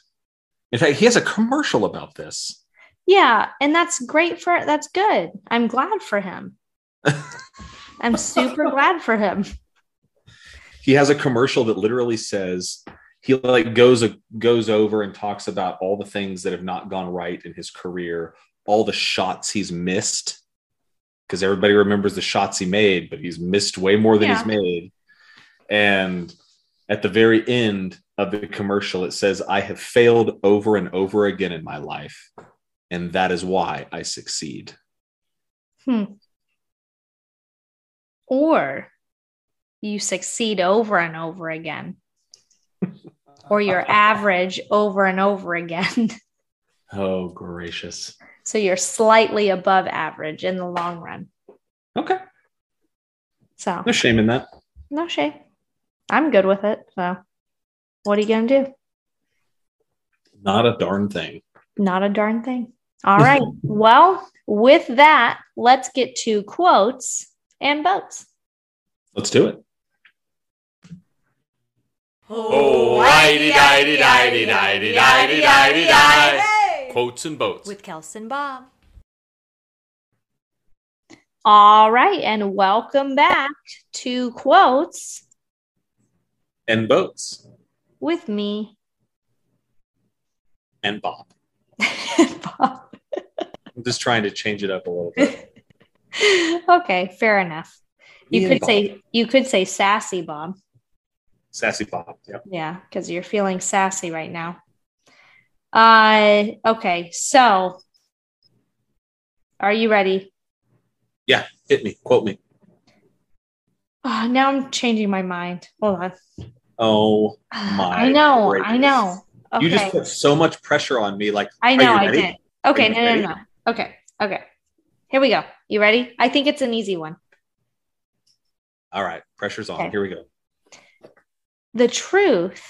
Speaker 1: in fact, he has a commercial about this.
Speaker 2: Yeah, and that's great for that's good. I'm glad for him. I'm super glad for him.
Speaker 1: He has a commercial that literally says he like goes goes over and talks about all the things that have not gone right in his career, all the shots he's missed. Because everybody remembers the shots he made, but he's missed way more than
Speaker 2: Yeah.
Speaker 1: he's made. And at the very end of the commercial, it says, I have failed over and over again in my life. And that is why I succeed.
Speaker 2: Or you succeed over and over again.
Speaker 1: [LAUGHS]
Speaker 2: Or you're average over and over again. [LAUGHS]
Speaker 1: Oh, gracious.
Speaker 2: so you're slightly above average in the long run.
Speaker 1: Okay.
Speaker 2: So,
Speaker 1: No shame in that.
Speaker 2: no shame. I'm good with it. So, what are you going to do?
Speaker 1: Not a darn thing.
Speaker 2: Not a darn thing.
Speaker 3: [LAUGHS]
Speaker 2: All right. well, with that, let's get to quotes and boats.
Speaker 1: Let's do it.
Speaker 3: Oh, righty, dighty, dighty, dighty, dighty, dighty, dighty. Quotes and boats. With Kelson Bob.
Speaker 2: All right. And welcome back to quotes
Speaker 1: And boats.
Speaker 2: with me, [LAUGHS]
Speaker 1: And Bob.
Speaker 2: Bob.
Speaker 1: I'm just trying to change it up a little bit.
Speaker 2: okay. Fair enough.
Speaker 1: Me
Speaker 2: You
Speaker 1: and
Speaker 2: could
Speaker 1: Bob.
Speaker 2: say, you could say sassy, Bob.
Speaker 1: sassy Bob. Yep.
Speaker 2: Yeah. Cause you're feeling sassy right now. Uh, okay. So, are you ready?
Speaker 1: Hit me. Quote me.
Speaker 2: Oh, now I'm changing my mind. Hold on.
Speaker 1: Oh,
Speaker 2: I
Speaker 1: My
Speaker 2: know. I
Speaker 1: goodness.
Speaker 2: know. Okay.
Speaker 1: you just put so much pressure on me. Like,
Speaker 2: I
Speaker 1: are
Speaker 2: know.
Speaker 1: you
Speaker 2: I
Speaker 1: ready?
Speaker 2: did. Okay.
Speaker 1: you
Speaker 2: No, no,
Speaker 1: ready?
Speaker 2: no, no. Okay. Okay. Here we go. You ready? I think it's an easy one.
Speaker 1: all right, pressure's on.
Speaker 2: Okay.
Speaker 1: Here we go.
Speaker 2: The truth,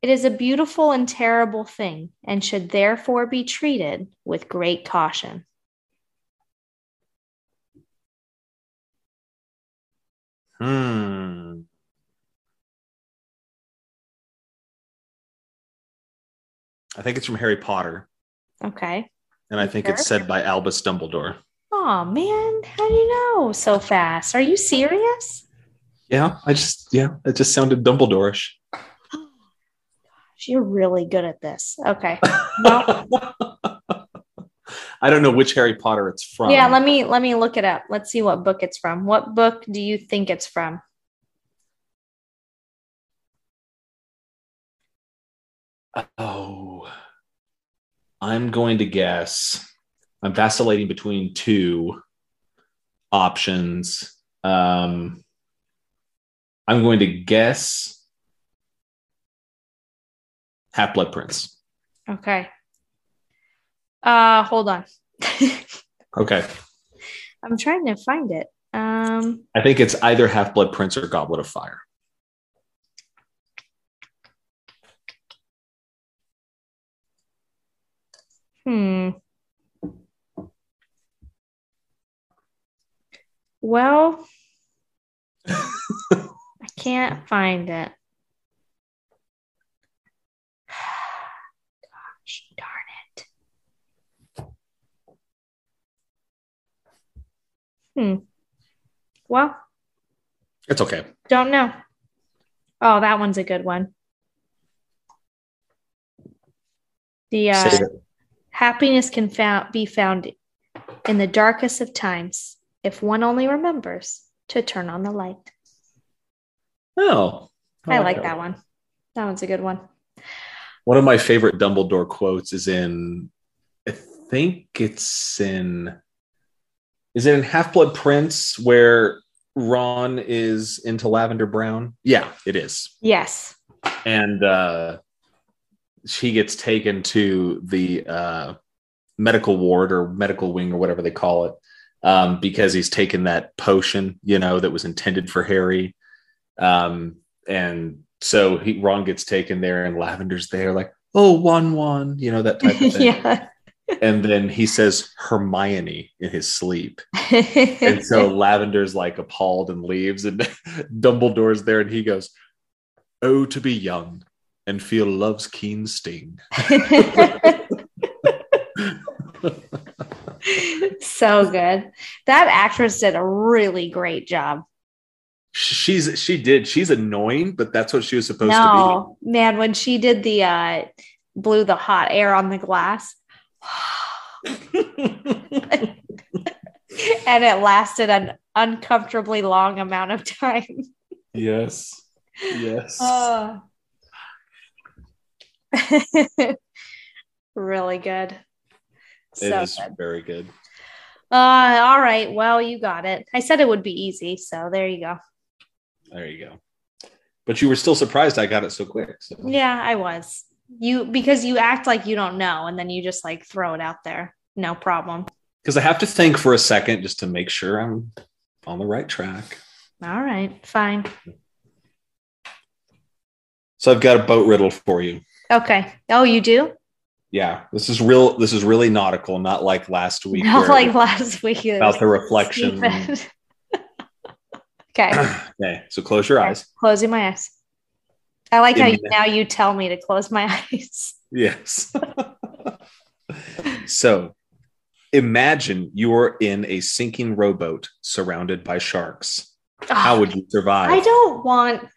Speaker 2: it is a beautiful and terrible thing and should therefore be treated with great caution.
Speaker 1: Hmm. I think it's from Harry Potter,
Speaker 2: Okay.
Speaker 1: and I think it's
Speaker 2: Sure.
Speaker 1: said by Albus Dumbledore.
Speaker 2: Oh, man. How do you know so fast? Are you serious?
Speaker 1: Yeah, I just yeah, it just sounded Dumbledore-ish.
Speaker 2: You're really good at this. Okay. Well,
Speaker 1: [LAUGHS] I don't know which Harry Potter it's from.
Speaker 2: yeah, let me let me look it up. Let's see what book it's from. What book do you think it's from?
Speaker 1: Oh, I'm going to guess. I'm vacillating between two options. Um, I'm going to guess Half Blood Prince.
Speaker 2: Okay. Uh, hold on. [LAUGHS]
Speaker 1: Okay.
Speaker 2: I'm trying to find it. Um,
Speaker 1: I think it's either Half Blood Prince or Goblet of Fire.
Speaker 2: hmm. Well, I can't find it. Gosh darn it. Hmm. Well,
Speaker 1: It's okay.
Speaker 2: don't know. Oh, that one's a good one. The uh,
Speaker 1: Save it.
Speaker 2: Happiness can found, be found in the darkest of times if one only remembers to turn on the light.
Speaker 1: Oh.
Speaker 2: I, like that one. That one's a good one.
Speaker 1: One of my favorite Dumbledore quotes is in, I think it's in, is it in Half Blood Prince where Ron is into Lavender Brown? Yeah, it is.
Speaker 2: Yes.
Speaker 1: and uh, she gets taken to the uh, medical ward or medical wing or whatever they call it um, because he's taken that potion, you know, that was intended for Harry. Um, and so he, Ron gets taken there, and Lavender's there, like, oh, one, one, you know, that type
Speaker 2: [LAUGHS]
Speaker 1: of thing.
Speaker 2: yeah.
Speaker 1: And then he says Hermione in his sleep. And so Lavender's like appalled and leaves, and [LAUGHS] Dumbledore's there, and he goes, "Oh, to be young and feel love's keen sting."
Speaker 2: [LAUGHS] so good. That actress did a really great job.
Speaker 1: She's she did. She's annoying, but that's what she was supposed to
Speaker 2: No, man, when she did the uh blew the hot air on the glass. [SIGHS] and it lasted an uncomfortably long amount
Speaker 1: [SIGHS]
Speaker 2: of time.
Speaker 1: be. Yes. Yes.
Speaker 2: Oh. really good.
Speaker 1: it
Speaker 2: So
Speaker 1: is
Speaker 2: good.
Speaker 1: very good.
Speaker 2: Uh, all right. Well, you got it. I said it would be easy. So there you go.
Speaker 1: There you go. But you were still surprised I got it so quick. So.
Speaker 2: Yeah, I was. You because you act like you don't know and then you just like throw it out there. No problem.
Speaker 1: Because I have to think for a second just to make sure I'm on the right track.
Speaker 2: All right. Fine.
Speaker 1: So I've got a boat riddle for you.
Speaker 2: Okay. Oh, you do?
Speaker 1: Yeah, this is real. This is really nautical, not like last week.
Speaker 2: [LAUGHS] Not
Speaker 1: where
Speaker 2: like last week. it was
Speaker 1: about the reflection.
Speaker 2: stupid. [LAUGHS] okay.
Speaker 1: [COUGHS] okay, so close your eyes.
Speaker 2: Closing my eyes. I like how you,
Speaker 1: Amen.
Speaker 2: now you tell me to close my [LAUGHS] eyes.
Speaker 1: Yes. [LAUGHS] so, imagine you are in a sinking rowboat surrounded by sharks. How would you survive?
Speaker 2: Ah, I don't want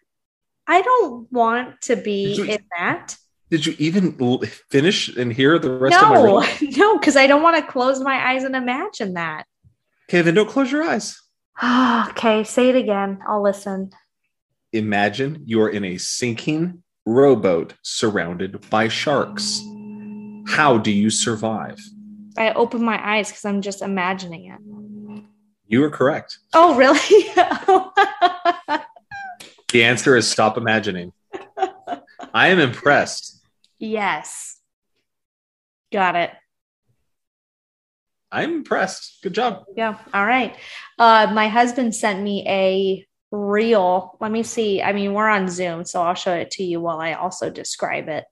Speaker 2: I don't want to
Speaker 1: Did
Speaker 2: be
Speaker 1: you-
Speaker 2: in that.
Speaker 1: Did you even l- finish and hear the rest of my
Speaker 2: No,
Speaker 1: riddle?
Speaker 2: [LAUGHS] no, because I don't want to close my eyes and imagine that.
Speaker 1: Okay, then don't close your eyes.
Speaker 2: [SIGHS] okay, say it again. I'll listen.
Speaker 1: Imagine you are in a sinking rowboat surrounded by sharks. How do you survive?
Speaker 2: I open my eyes because I'm just imagining it.
Speaker 1: You are correct.
Speaker 2: Oh, really? [LAUGHS]
Speaker 1: The answer is stop
Speaker 2: [LAUGHS]
Speaker 1: imagining. I am impressed.
Speaker 2: yes. Got it.
Speaker 1: I'm impressed. Good job.
Speaker 2: Yeah. All right. Uh, my husband sent me a reel. Let me see. I mean, we're on Zoom, so I'll show it to you while I also describe it.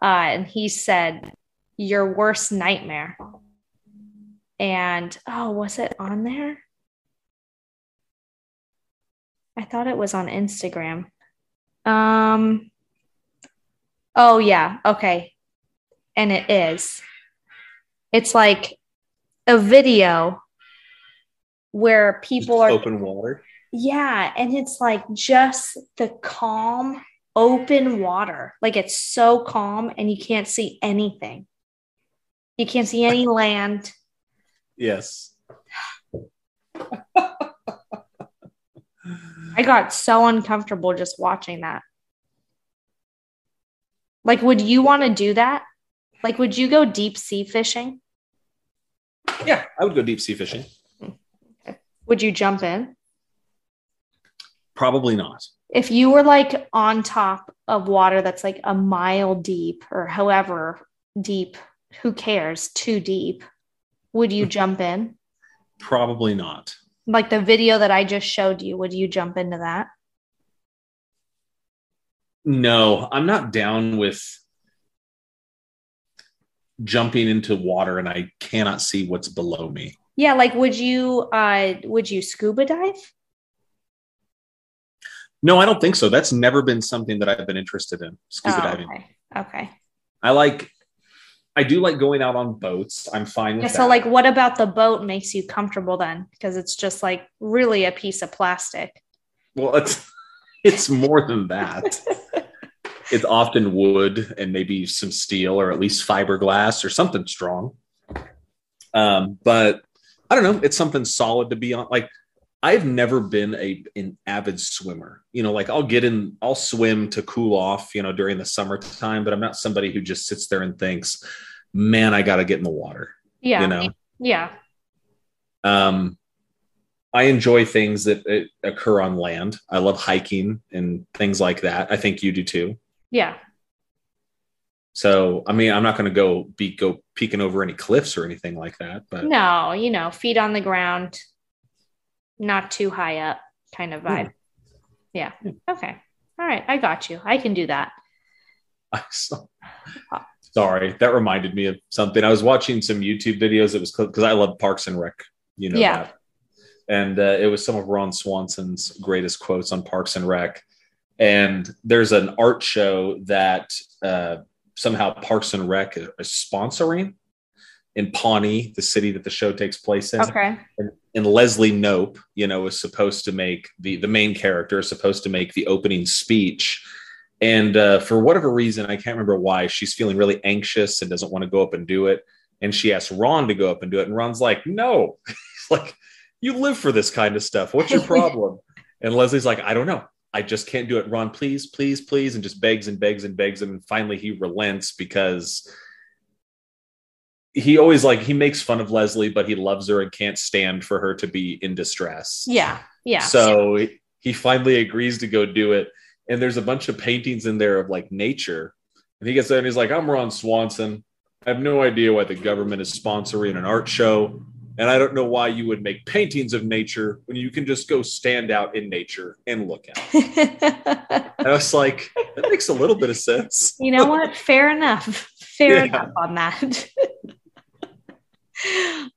Speaker 2: Uh, and he said, Your worst nightmare. And oh, was it on there? I thought it was on Instagram. Um, oh, yeah. Okay. And it is. It's like a video where people are
Speaker 1: open water.
Speaker 2: yeah, and it's like just the calm, open water. Like it's so calm and you can't see anything. You can't see any land.
Speaker 1: Yes.
Speaker 2: I got so uncomfortable just watching that. Like, would you want to do that? Like, would you go deep sea fishing?
Speaker 1: Yeah, I would go deep sea fishing.
Speaker 2: Would you jump in?
Speaker 1: Probably not.
Speaker 2: If you were like on top of water that's like a mile deep or however deep, who cares, too deep, would you jump in?
Speaker 1: Probably not.
Speaker 2: Like the video that I just showed you, would you jump into that?
Speaker 1: No, I'm not down with jumping into water and I cannot see what's below me.
Speaker 2: Yeah, like would you uh would you scuba dive?
Speaker 1: No, I don't think so. That's never been something that I've been interested in scuba
Speaker 2: Oh,
Speaker 1: diving.
Speaker 2: okay. Okay.
Speaker 1: I like, I do like going out on boats. I'm fine with
Speaker 2: Yeah,
Speaker 1: that.
Speaker 2: so like what about the boat makes you comfortable then? Because it's just like really a piece of plastic.
Speaker 1: well, it's [LAUGHS] it's more than that. it's often wood and maybe some steel or at least fiberglass or something strong. Um, but I don't know. It's something solid to be on. Like I've never been a an avid swimmer. You know, like I'll get in, I'll swim to cool off. You know, during the summertime, but I'm not somebody who just sits there and thinks, "Man, I got to get in the water."
Speaker 2: Yeah.
Speaker 1: You know.
Speaker 2: Yeah.
Speaker 1: Um, I enjoy things that uh, occur on land. I love hiking and things like that. I think you do too.
Speaker 2: Yeah.
Speaker 1: So, I mean, I'm not going to go be go peeking over any cliffs or anything like that. But
Speaker 2: No, you know, feet on the ground, not too high up kind of vibe.
Speaker 1: Hmm.
Speaker 2: Yeah. Okay. All right. I got you. I can do that.
Speaker 1: [LAUGHS] I saw, sorry, that reminded me of something. I was watching some YouTube videos. It was because I love Parks and Rec. You know
Speaker 2: Yeah.
Speaker 1: that. And uh, it was some of Ron Swanson's greatest quotes on Parks and Rec. And there's an art show that uh, somehow Parks and Rec is sponsoring in Pawnee, the city that the show takes place in
Speaker 2: Okay.
Speaker 1: and Leslie Nope, you know, is supposed to make the the main character is supposed to make the opening speech, and uh, for whatever reason, I can't remember why she's feeling really anxious and doesn't want to go up and do it, and she asks Ron to go up and do it, and Ron's like, "No, [LAUGHS] He's like you live for this kind of stuff. What's your problem?" and Leslie's like, "I don't know." I just can't do it, Ron. Please, please, please, and just begs and begs and begs him, and finally he relents because he always like he makes fun of Leslie, but he loves her and can't stand for her to be in distress.
Speaker 2: Yeah. Yeah. [LAUGHS]
Speaker 1: So he- he finally agrees to go do it. And there's a bunch of paintings in there of like nature. And he gets there and he's like, I'm Ron Swanson. I have no idea why the government is sponsoring an art show. And I don't know why you would make paintings of nature when you can just go stand out in nature and look at it. And I was like, that makes a little bit of sense.
Speaker 2: you
Speaker 1: [LAUGHS]
Speaker 2: know what? Fair enough.
Speaker 1: Yeah.
Speaker 2: Fair enough on that. [LAUGHS]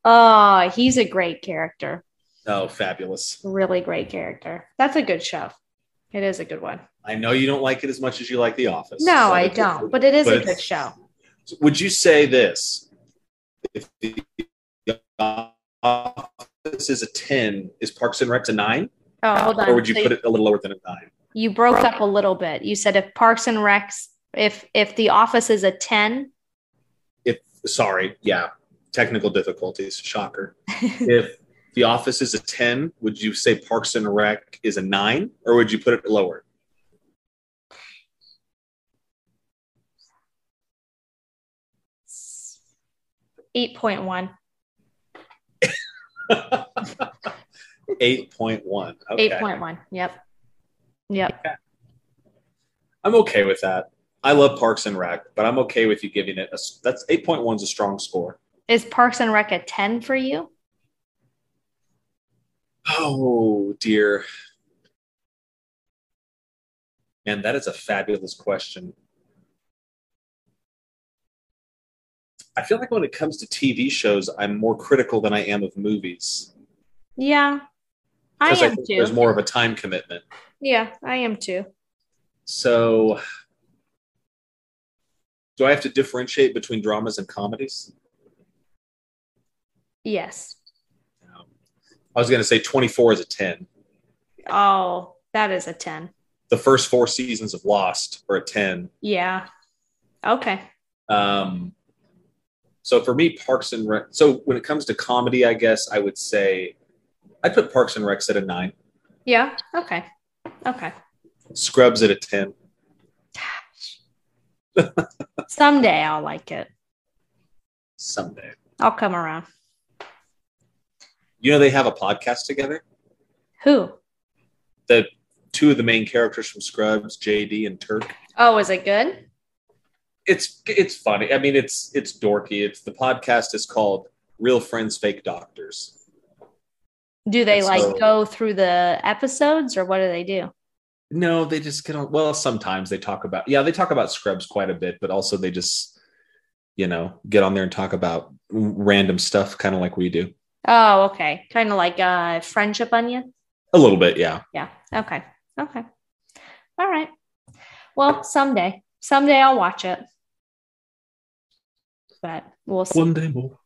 Speaker 2: oh, he's a great character.
Speaker 1: Oh, fabulous.
Speaker 2: Really great character. That's a good show. It is a good one.
Speaker 1: I know you don't like it as much as you like The Office.
Speaker 2: No,
Speaker 1: So
Speaker 2: I
Speaker 1: it's-
Speaker 2: don't, but it is
Speaker 1: but
Speaker 2: a
Speaker 1: it's-
Speaker 2: good show.
Speaker 1: would you say this if the office is a 10 is parks and rec a 9
Speaker 2: Oh, hold on.
Speaker 1: or would you
Speaker 2: So
Speaker 1: put it a little lower than a 9
Speaker 2: you broke up a little bit. You said if Parks and Recs, if if The Office is a ten, [LAUGHS]
Speaker 1: if sorry yeah technical difficulties shocker if the office is a 10 would you say parks and rec is a 9 or would you put it lower [LAUGHS]
Speaker 2: eight point one,
Speaker 1: 8.1 okay
Speaker 2: eight point one. Yep, yep.
Speaker 1: i'm okay with that i love parks and rec but i'm okay with you giving it a s- that's 8.1 is a strong score
Speaker 2: Is Parks and Rec a ten for you?
Speaker 1: Oh dear. Man, that is a fabulous question. I feel like when it comes to TV shows, I'm more critical than I am of movies.
Speaker 2: Yeah, I
Speaker 1: 'Cause
Speaker 2: am
Speaker 1: think
Speaker 2: too.
Speaker 1: There's more of a time commitment.
Speaker 2: yeah, I am too.
Speaker 1: So, do I have to differentiate between dramas and comedies?
Speaker 2: Yes.
Speaker 1: No. I was going to say 24 is a 10.
Speaker 2: Oh, that is a ten.
Speaker 1: The first four seasons of Lost are a 10.
Speaker 2: Yeah. Okay.
Speaker 1: Um, so for me, Parks and Rec. So when it comes to comedy, I guess I would say I'd put Parks and Recs at a nine,
Speaker 2: Yeah. Okay. Okay.
Speaker 1: Scrubs at a ten.
Speaker 2: Someday I'll like it.
Speaker 1: Someday,
Speaker 2: I'll come around.
Speaker 1: you know they have a podcast together.
Speaker 2: Who?
Speaker 1: Two of the main characters from Scrubs, JD and Turk.
Speaker 2: Oh, is it good?
Speaker 1: it's it's funny. I mean, it's it's dorky. It's the podcast is called Real Friends, Fake Doctors.
Speaker 2: Do they
Speaker 1: And
Speaker 2: like
Speaker 1: so-
Speaker 2: go through the episodes or what do they do?
Speaker 1: No, they just get on. Well, sometimes they talk about yeah, they talk about Scrubs quite a bit, but also they just you know get on there and talk about random stuff, kind of like we do
Speaker 2: Oh, okay. Kind of like uh friendship onion.
Speaker 1: a little bit. Yeah,
Speaker 2: Yeah. Okay. Okay. All right. Well, someday. Someday I'll watch it. But we'll see.
Speaker 1: one day more.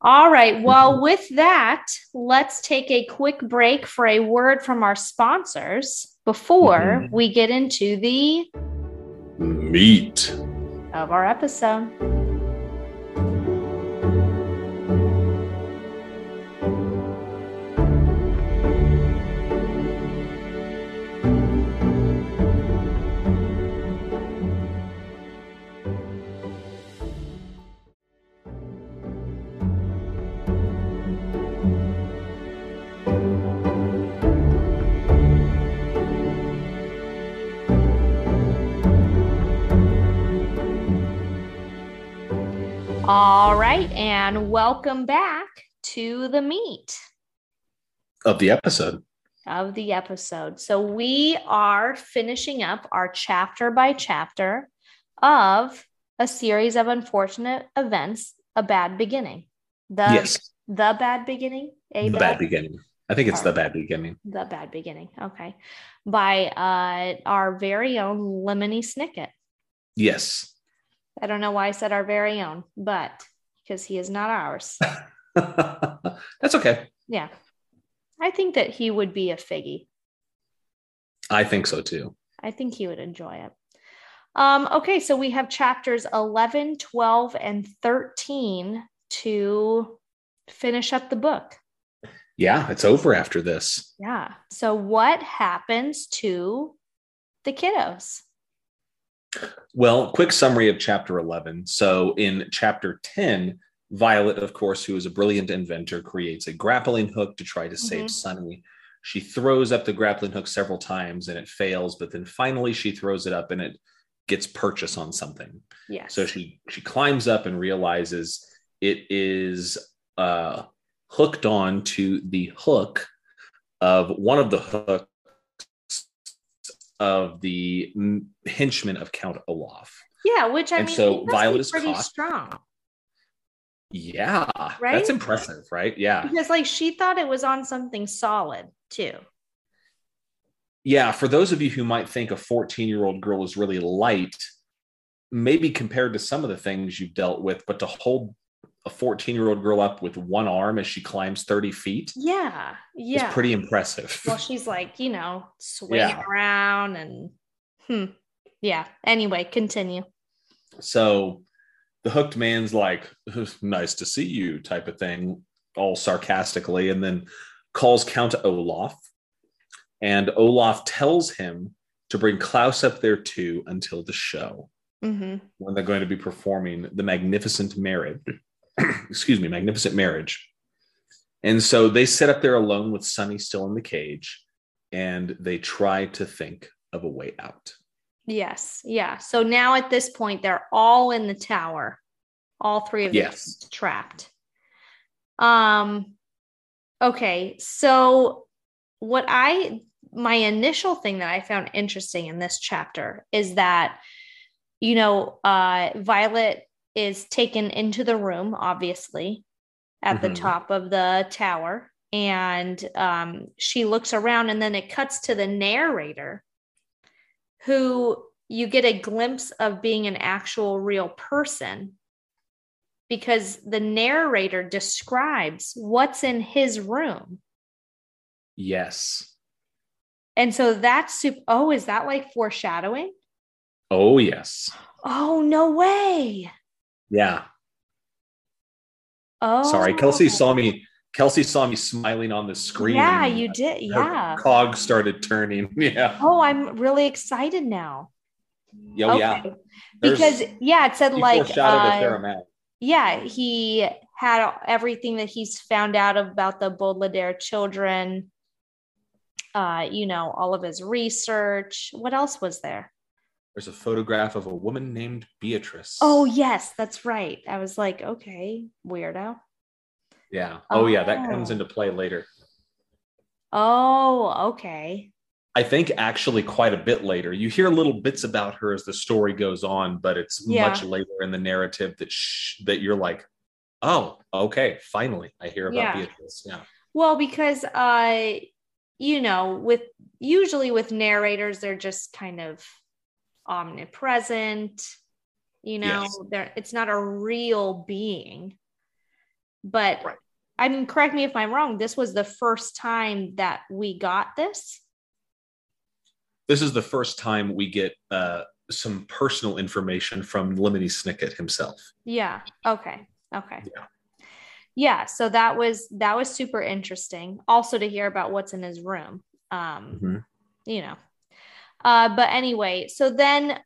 Speaker 2: All right.
Speaker 1: Mm-hmm.
Speaker 2: Well, with that, let's take a quick break for a word from our sponsors before
Speaker 1: Mhm.
Speaker 2: we get into the
Speaker 1: Meat.
Speaker 2: of our episode. All right, and welcome back to the meat
Speaker 1: of the episode.
Speaker 2: of the episode. So we are finishing up our chapter by chapter of a series of unfortunate events, a bad beginning. The
Speaker 1: yes,
Speaker 2: the bad beginning, a
Speaker 1: the bad, beginning. I think it's
Speaker 2: All
Speaker 1: the bad beginning.
Speaker 2: the bad beginning. Okay. By uh our very own Lemony Snicket.
Speaker 1: Yes. [LAUGHS]
Speaker 2: I don't know why I said our very own, but because he is not ours.
Speaker 1: That's okay.
Speaker 2: yeah. I think that he would be a figgy.
Speaker 1: I think so too.
Speaker 2: I think he would enjoy it. Um, okay, so we have chapters 11, 12, and 13 to finish up the book.
Speaker 1: Yeah, it's over after this.
Speaker 2: Yeah. So, what happens to the kiddos?
Speaker 1: Well, quick summary of chapter 11. So, in chapter 10, Violet, of course, who is a brilliant inventor, creates a grappling hook to try to
Speaker 2: Mhm.
Speaker 1: save Sunny. She throws up the grappling hook several times and it fails, but then finally she throws it up and it gets purchase on something.
Speaker 2: Yes.
Speaker 1: So she she climbs up and realizes it is uh, hooked on to the hook of one of the hooks of the mm, henchman of Count Olaf.
Speaker 2: yeah, which I
Speaker 1: and
Speaker 2: mean,
Speaker 1: so
Speaker 2: he must be
Speaker 1: Violet is
Speaker 2: pretty
Speaker 1: caught.
Speaker 2: strong
Speaker 1: Yeah,
Speaker 2: Right?
Speaker 1: that's impressive, right? Yeah,
Speaker 2: because, like, she thought it was on something solid too.
Speaker 1: yeah. For those of you who might think a fourteen-year-old girl is really light, maybe compared to some of the things you've dealt with, but to hold a fourteen-year-old girl up with one arm as she climbs thirty feet.
Speaker 2: Yeah.
Speaker 1: is
Speaker 2: Yeah.
Speaker 1: pretty impressive.
Speaker 2: well, she's like, you know, swinging
Speaker 1: Yeah.
Speaker 2: around and, hmm. Yeah. Anyway, continue.
Speaker 1: So the hooked man's like, nice to see you, type of thing, all sarcastically, and then calls Count Olaf. And Olaf tells him to bring Klaus up there too until the show
Speaker 2: Mm-hmm.
Speaker 1: when they're going to be performing the Magnificent Marriage. [CLEARS THROAT] Excuse me, Magnificent Marriage. And so they sit up there alone with Sonny still in the cage and they try to think of a way out.
Speaker 2: Yes. Yeah. So now at this point, they're all in the tower, all three of them
Speaker 1: Yes.
Speaker 2: trapped. Um. Okay. So what I my initial thing that I found interesting in this chapter is that you know uh, Violet is taken into the room, obviously, at
Speaker 1: Mhm.
Speaker 2: the top of the tower. And um, she looks around, and then it cuts to the narrator who you get a glimpse of being an actual real person because the narrator describes what's in his room.
Speaker 1: Yes.
Speaker 2: And so that's super. Oh, is that like foreshadowing?
Speaker 1: Oh, yes.
Speaker 2: Oh, no way.
Speaker 1: Yeah.
Speaker 2: Oh,
Speaker 1: Sorry, Kelsey saw me. Kelsey saw me smiling on the screen.
Speaker 2: Yeah,
Speaker 1: and
Speaker 2: you did.
Speaker 1: her
Speaker 2: Yeah.
Speaker 1: Cog started turning. [LAUGHS] Yeah.
Speaker 2: Oh, I'm really excited now.
Speaker 1: Oh, yeah.
Speaker 2: Okay.
Speaker 1: There's-
Speaker 2: Because, yeah, it said
Speaker 1: he
Speaker 2: like.
Speaker 1: foreshadowed a
Speaker 2: uh,
Speaker 1: fair amount.
Speaker 2: yeah, he had everything that he's found out about the Baudelaire children. Uh, you know, all of his research. What else was there?
Speaker 1: there's a photograph of a woman named Beatrice.
Speaker 2: Oh, yes, that's right. I was like, okay, weirdo.
Speaker 1: yeah. Oh, yeah. That comes
Speaker 2: Oh.
Speaker 1: into play later.
Speaker 2: Oh, okay.
Speaker 1: I think actually quite a bit later. You hear little bits about her as the story goes on, but it's
Speaker 2: Yeah.
Speaker 1: much later in the narrative that sh- that you're like, oh, okay, finally, I hear about
Speaker 2: Yeah.
Speaker 1: Beatrice. Yeah.
Speaker 2: Well, because uh, you know, with usually with narrators, they're just kind of omnipresent. You know,
Speaker 1: Yes.
Speaker 2: they're it's not a real being. But
Speaker 1: Right.
Speaker 2: I mean, correct me if I'm wrong. This was the first time that we got this.
Speaker 1: This is the first time we get uh, some personal information from Lemony Snicket himself.
Speaker 2: Yeah. Okay. Okay.
Speaker 1: Yeah.
Speaker 2: Yeah. So that was that was super interesting. Also to hear about what's in his room. Um,
Speaker 1: Mhm.
Speaker 2: you know. Uh, but anyway, so then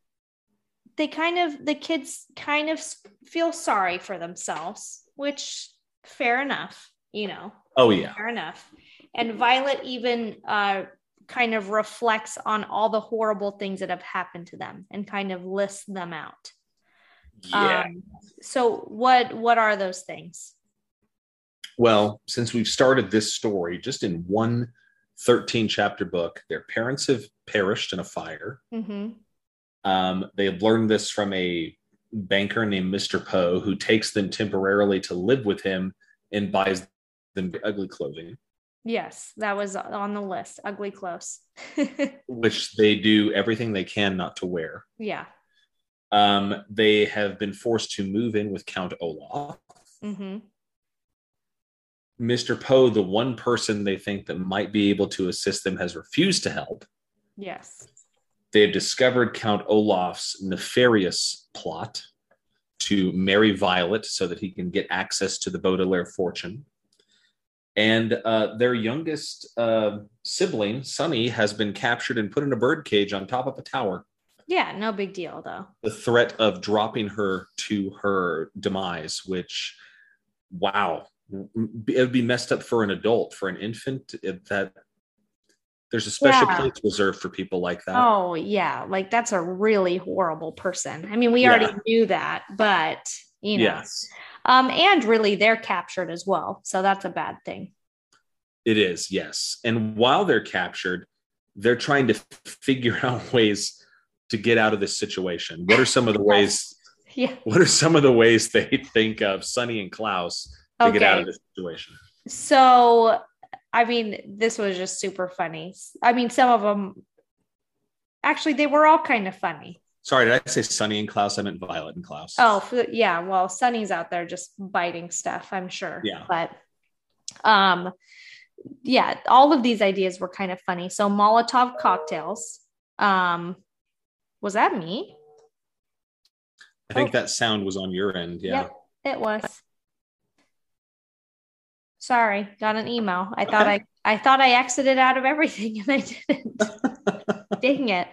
Speaker 2: they kind of the kids kind of s- feel sorry for themselves, which fair enough, you know,
Speaker 1: Oh yeah.
Speaker 2: fair enough. And Violet even uh kind of reflects on all the horrible things that have happened to them and kind of lists them out.
Speaker 1: Yeah.
Speaker 2: Um, so what what are those things?
Speaker 1: well, since we've started this story just in one 13 chapter book, their parents have perished in a fire.
Speaker 2: Mm-hmm.
Speaker 1: Um, they have learned this from a banker named Mr. Poe, who takes them temporarily to live with him and buys them ugly clothing,
Speaker 2: Yes, that was on the list. Ugly clothes. [LAUGHS]
Speaker 1: which they do everything they can not to wear.
Speaker 2: yeah.
Speaker 1: Um, they have been forced to move in with Count Olaf.
Speaker 2: Mm-hmm.
Speaker 1: Mr. Poe, the one person they think that might be able to assist them, has refused to help.
Speaker 2: Yes.
Speaker 1: They have discovered Count Olaf's nefarious plot to marry Violet so that he can get access to the Baudelaire fortune. And uh, their youngest uh, sibling, Sonny, has been captured and put in a birdcage on top of a tower.
Speaker 2: Yeah. No big deal though.
Speaker 1: The threat of dropping her to her demise, which, wow, it would be messed up for an adult. For an infant, it, that there's a special
Speaker 2: Yeah.
Speaker 1: place reserved for people like that.
Speaker 2: Oh yeah, like that's a really horrible person. I mean, we
Speaker 1: Yeah.
Speaker 2: already knew that, but you know,
Speaker 1: yes.
Speaker 2: um, and really they're captured as well, so that's a bad thing.
Speaker 1: It is, yes. And while they're captured, they're trying to figure [LAUGHS] out ways to get out of this situation. What are some of the ways?
Speaker 2: Yeah.
Speaker 1: What are some of the ways [LAUGHS] they think of Sonny and Klaus to get out
Speaker 2: Okay.
Speaker 1: of this situation?
Speaker 2: So, I mean, this was just super funny. I mean, some of them actually they were all kind of funny.
Speaker 1: Sorry, did I say Sonny and Klaus? I meant Violet and Klaus.
Speaker 2: Oh, f- yeah. Well, Sunny's out there just biting stuff, I'm sure.
Speaker 1: Yeah.
Speaker 2: But um yeah, all of these ideas were kind of funny. So Molotov cocktails. Um was that me?
Speaker 1: I think that sound was on your end. Yeah.
Speaker 2: Yep, it was. Sorry, got an email. I thought I I thought I exited out of everything and I
Speaker 1: [LAUGHS]
Speaker 2: didn't. Dang it.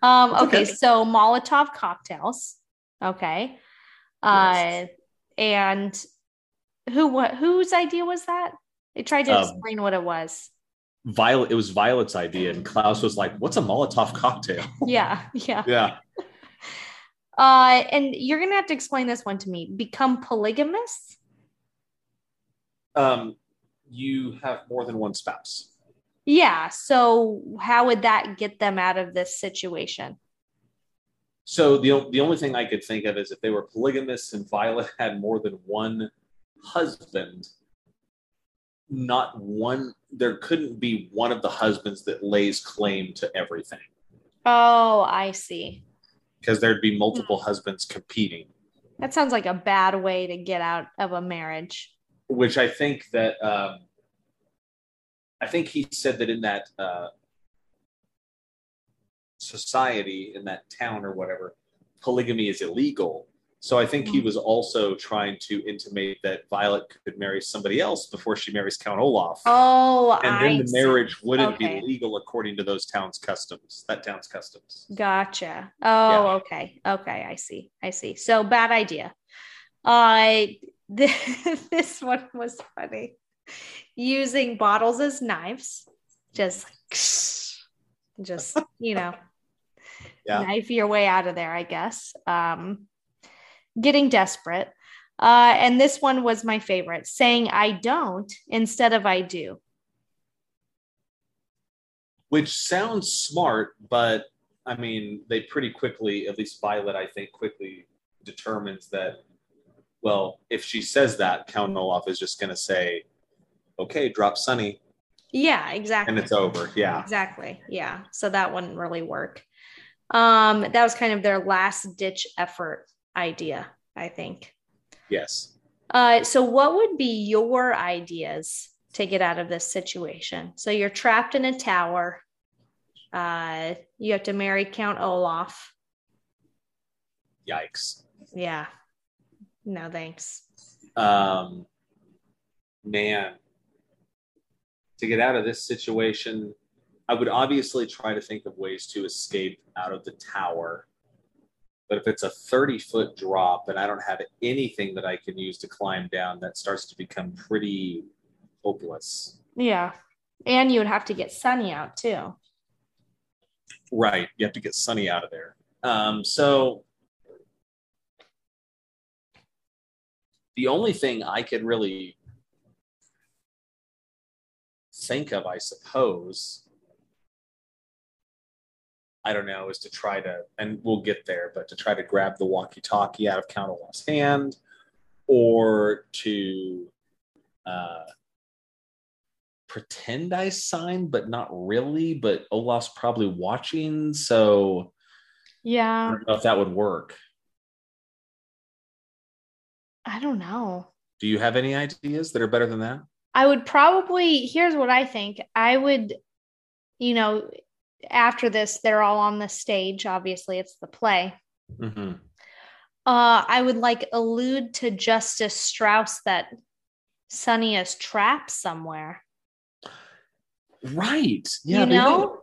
Speaker 2: Um, okay,
Speaker 1: okay.
Speaker 2: so Molotov cocktails. Okay. Uh,
Speaker 1: Yes.
Speaker 2: and who what whose idea was that? They tried to
Speaker 1: Um,
Speaker 2: explain what
Speaker 1: [LAUGHS]
Speaker 2: it was.
Speaker 1: Violet, it was Violet's idea, and Klaus was like, What's a Molotov cocktail?
Speaker 2: Yeah, yeah.
Speaker 1: Yeah.
Speaker 2: Uh, and you're gonna have to explain this one to me. Become polygamous?
Speaker 1: Um, you have more than one spouse.
Speaker 2: Yeah. So how would that get them out of this situation?
Speaker 1: So the o- the only thing I could think of is if they were polygamists and Violet [LAUGHS] had more than one husband, not one. There couldn't be one of the husbands that lays claim to everything
Speaker 2: Oh, I see.
Speaker 1: because there'd be multiple husbands competing.
Speaker 2: That sounds like a bad way to get out of a marriage.
Speaker 1: Which I think that um, I think he said that in that uh, society in that town or whatever, polygamy is illegal. So I think he
Speaker 2: Mm-hmm.
Speaker 1: was also trying to intimate that Violet could marry somebody else before she marries Count Olaf.
Speaker 2: Oh,
Speaker 1: and
Speaker 2: I
Speaker 1: then the
Speaker 2: see.
Speaker 1: marriage wouldn't
Speaker 2: Okay.
Speaker 1: be legal according to those towns' customs. That town's customs.
Speaker 2: Gotcha. Oh,
Speaker 1: Yeah.
Speaker 2: okay. Okay, I see. I see. So bad idea. I [LAUGHS] this one was funny. Using bottles [LAUGHS] as knives, just just you know,
Speaker 1: Yeah.
Speaker 2: knife your way out of there, I guess. Um, getting desperate. Uh, and this one was my favorite saying I don't instead of I do.
Speaker 1: which sounds smart, but I mean, they pretty quickly, at least Violet, I think, quickly determines that, well, if she says that, Count Olaf is just going to say, okay, drop Sunny,
Speaker 2: Yeah, exactly.
Speaker 1: and it's over. Yeah.
Speaker 2: Exactly. Yeah. So that wouldn't really work. Um, that was kind of their last ditch effort idea, I think.
Speaker 1: Yes.
Speaker 2: Uh, so what would be your ideas to get out of this situation? So you're trapped in a tower. Uh, you have to marry Count Olaf.
Speaker 1: Yikes.
Speaker 2: Yeah. No, thanks.
Speaker 1: Um, man, to get out of this situation, I would obviously try to think of ways to escape out of the tower. But if it's a 30 foot drop and I don't have anything that I can use to climb down, that starts to become pretty hopeless.
Speaker 2: Yeah. And you would have to get Sunny out too.
Speaker 1: Right. You have to get Sunny out of there. Um, so the only thing I could really think of, I suppose, I don't know, is to try to, and we'll get there, but to try to grab the walkie talkie out of Count Olaf's hand or to uh, pretend I signed, but not really, but Olaf's probably watching. So I
Speaker 2: Yeah.
Speaker 1: don't know if that would work.
Speaker 2: I don't know.
Speaker 1: Do you have any ideas that are better than that?
Speaker 2: I would probably, here's what I think. I would, you know, after this, they're all on the stage. Obviously, it's the play.
Speaker 1: Mm-hmm.
Speaker 2: Uh, I would like allude to Justice Strauss that Sonny is trapped somewhere.
Speaker 1: Right.
Speaker 2: you
Speaker 1: they
Speaker 2: know?
Speaker 1: don't-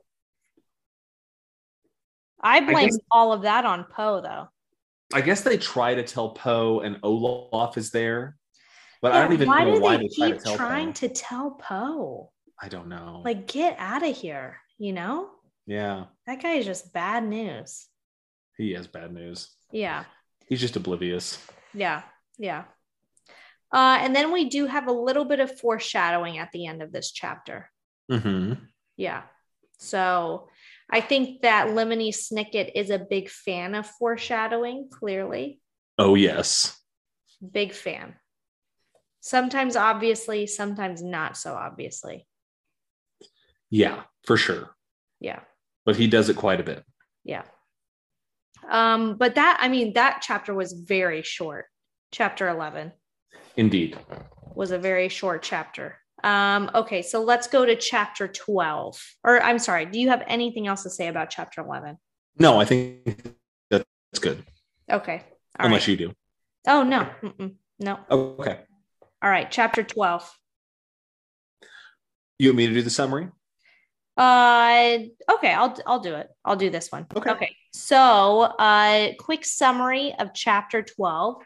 Speaker 2: I blame
Speaker 1: guess-
Speaker 2: all of that on Poe, though.
Speaker 1: I guess they try to tell Poe and Olaf is there, but I
Speaker 2: Yeah,
Speaker 1: don't even
Speaker 2: why
Speaker 1: know
Speaker 2: do
Speaker 1: why
Speaker 2: they
Speaker 1: they try to
Speaker 2: keep
Speaker 1: tell
Speaker 2: trying
Speaker 1: Poe.
Speaker 2: to tell Poe?
Speaker 1: I don't know.
Speaker 2: Like, get out of here. You know,
Speaker 1: yeah,
Speaker 2: that guy is just bad news.
Speaker 1: he has bad news.
Speaker 2: Yeah.
Speaker 1: He's just oblivious.
Speaker 2: Yeah, yeah. Uh, and then we do have a little bit of foreshadowing at the end of this chapter.
Speaker 1: Mm-hmm.
Speaker 2: Yeah. So I think that Lemony Snicket is a big fan of foreshadowing, clearly.
Speaker 1: Oh yes.
Speaker 2: Big fan. Sometimes obviously, sometimes not so obviously.
Speaker 1: Yeah, for sure.
Speaker 2: Yeah,
Speaker 1: But he does it quite a bit.
Speaker 2: yeah. Um, but that, I mean, that chapter was very short. Chapter 11.
Speaker 1: Indeed.
Speaker 2: was a very short chapter. Um, okay, so let's go to chapter 12. Or I'm sorry, do you have anything else to say about chapter 11?
Speaker 1: No, I think that's good.
Speaker 2: Okay. all right.
Speaker 1: Unless you do.
Speaker 2: Oh, no. Mm-mm. No.
Speaker 1: Okay.
Speaker 2: All right, chapter 12.
Speaker 1: You want me to do the summary?
Speaker 2: Uh okay, I'll I'll do it. I'll do this one.
Speaker 1: Okay.
Speaker 2: So, uh quick summary of chapter 12.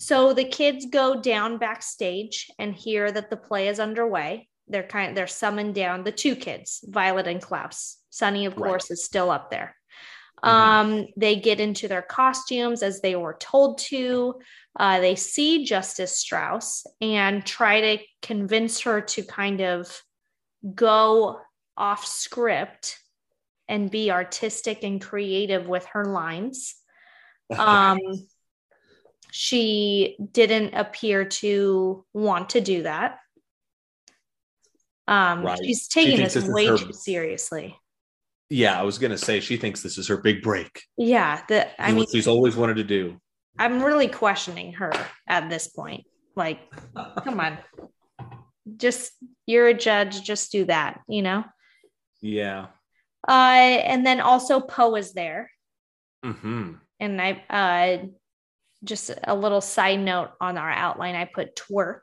Speaker 2: So the kids go down backstage and hear that the play is underway. They're kind they're summoned down the two kids, Violet and Klaus. Sunny of
Speaker 1: Right.
Speaker 2: course is still up there.
Speaker 1: Mhm.
Speaker 2: Um they get into their costumes as they were told to. Uh they see Justice Strauss and try to convince her to kind of go off script and be artistic and creative with
Speaker 1: [LAUGHS]
Speaker 2: her lines. Um, she didn't appear to want to do that. Um,
Speaker 1: Right.
Speaker 2: She's taking
Speaker 1: thinks
Speaker 2: this
Speaker 1: this is
Speaker 2: way
Speaker 1: her-
Speaker 2: too seriously.
Speaker 1: yeah, I was gonna say she thinks this is her big break.
Speaker 2: Yeah, the, I
Speaker 1: What
Speaker 2: mean,
Speaker 1: she's always wanted to do.
Speaker 2: I'm really questioning her at this point. Like, come on, just you're a judge, just do that, you know.
Speaker 1: Yeah.
Speaker 2: Uh, and then also Poe is there.
Speaker 1: Mm-hmm.
Speaker 2: and I uh just a little side note on our outline I put twerp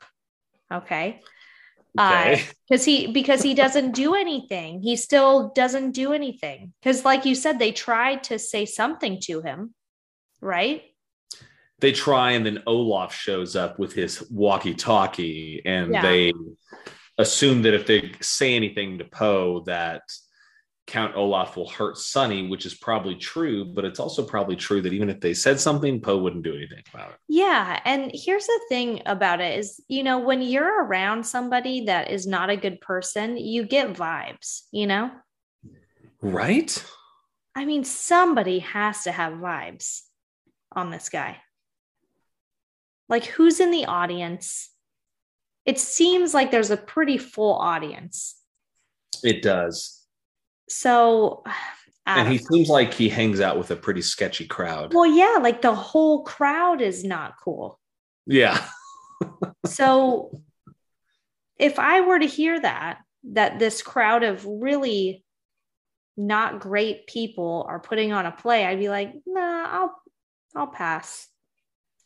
Speaker 2: okay
Speaker 1: Okay. [LAUGHS]
Speaker 2: because he because he doesn't do anything he still doesn't do anything because like you said they tried to say something to him right
Speaker 1: they try, and then Olaf shows up with his walkie-talkie, and
Speaker 2: Yeah.
Speaker 1: they assume that if they say anything to Poe, that Count Olaf will hurt Sonny, which is probably true, but it's also probably true that even if they said something, Poe wouldn't do anything about it.
Speaker 2: Yeah. And here's the thing about it is, you know, when you're around somebody that is not a good person, you get vibes, you know?
Speaker 1: Right?
Speaker 2: I mean, somebody has to have vibes on this guy. Like, who's in the audience? It seems like there's a pretty full audience.
Speaker 1: It does.
Speaker 2: So, [SIGHS] I
Speaker 1: And he
Speaker 2: don't-
Speaker 1: seems like he hangs out with a pretty sketchy crowd.
Speaker 2: well, yeah, like the whole crowd is not cool.
Speaker 1: Yeah.
Speaker 2: So, if I were to hear that, that this crowd of really not great people are putting on a play, I'd be like, nah, I'll, I'll pass.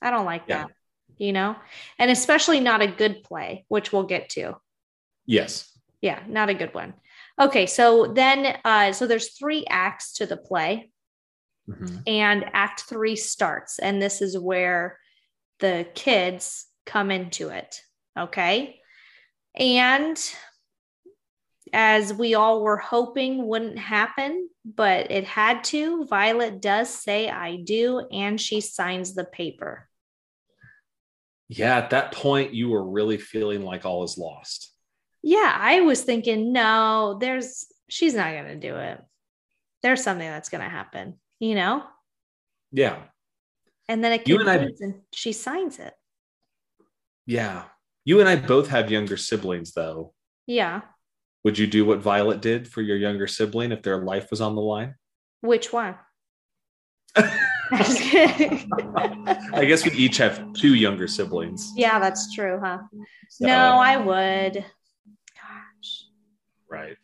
Speaker 2: I don't like
Speaker 1: Yeah.
Speaker 2: that, you know? And especially not a good play, which we'll get to.
Speaker 1: Yes.
Speaker 2: yeah not a good one okay so then uh so there's three acts to the play
Speaker 1: Mm-hmm.
Speaker 2: and act three starts and this is where the kids come into it okay and as we all were hoping wouldn't happen but it had to violet does say i do and she signs the paper
Speaker 1: Yeah. At that point, you were really feeling like all is lost.
Speaker 2: Yeah, I was thinking, no, there's she's not gonna do it. There's something that's gonna happen, you know?
Speaker 1: Yeah.
Speaker 2: And then it
Speaker 1: You and I-
Speaker 2: concludes and she signs it.
Speaker 1: Yeah. You and I both have younger siblings, though.
Speaker 2: Yeah.
Speaker 1: Would you do what Violet did for your younger sibling if their life was on the line? [LAUGHS]
Speaker 2: Which one? [LAUGHS] I'm just kidding.
Speaker 1: I guess we each have two younger siblings.
Speaker 2: yeah, that's true, huh?
Speaker 1: So-
Speaker 2: No, I would.
Speaker 1: Right.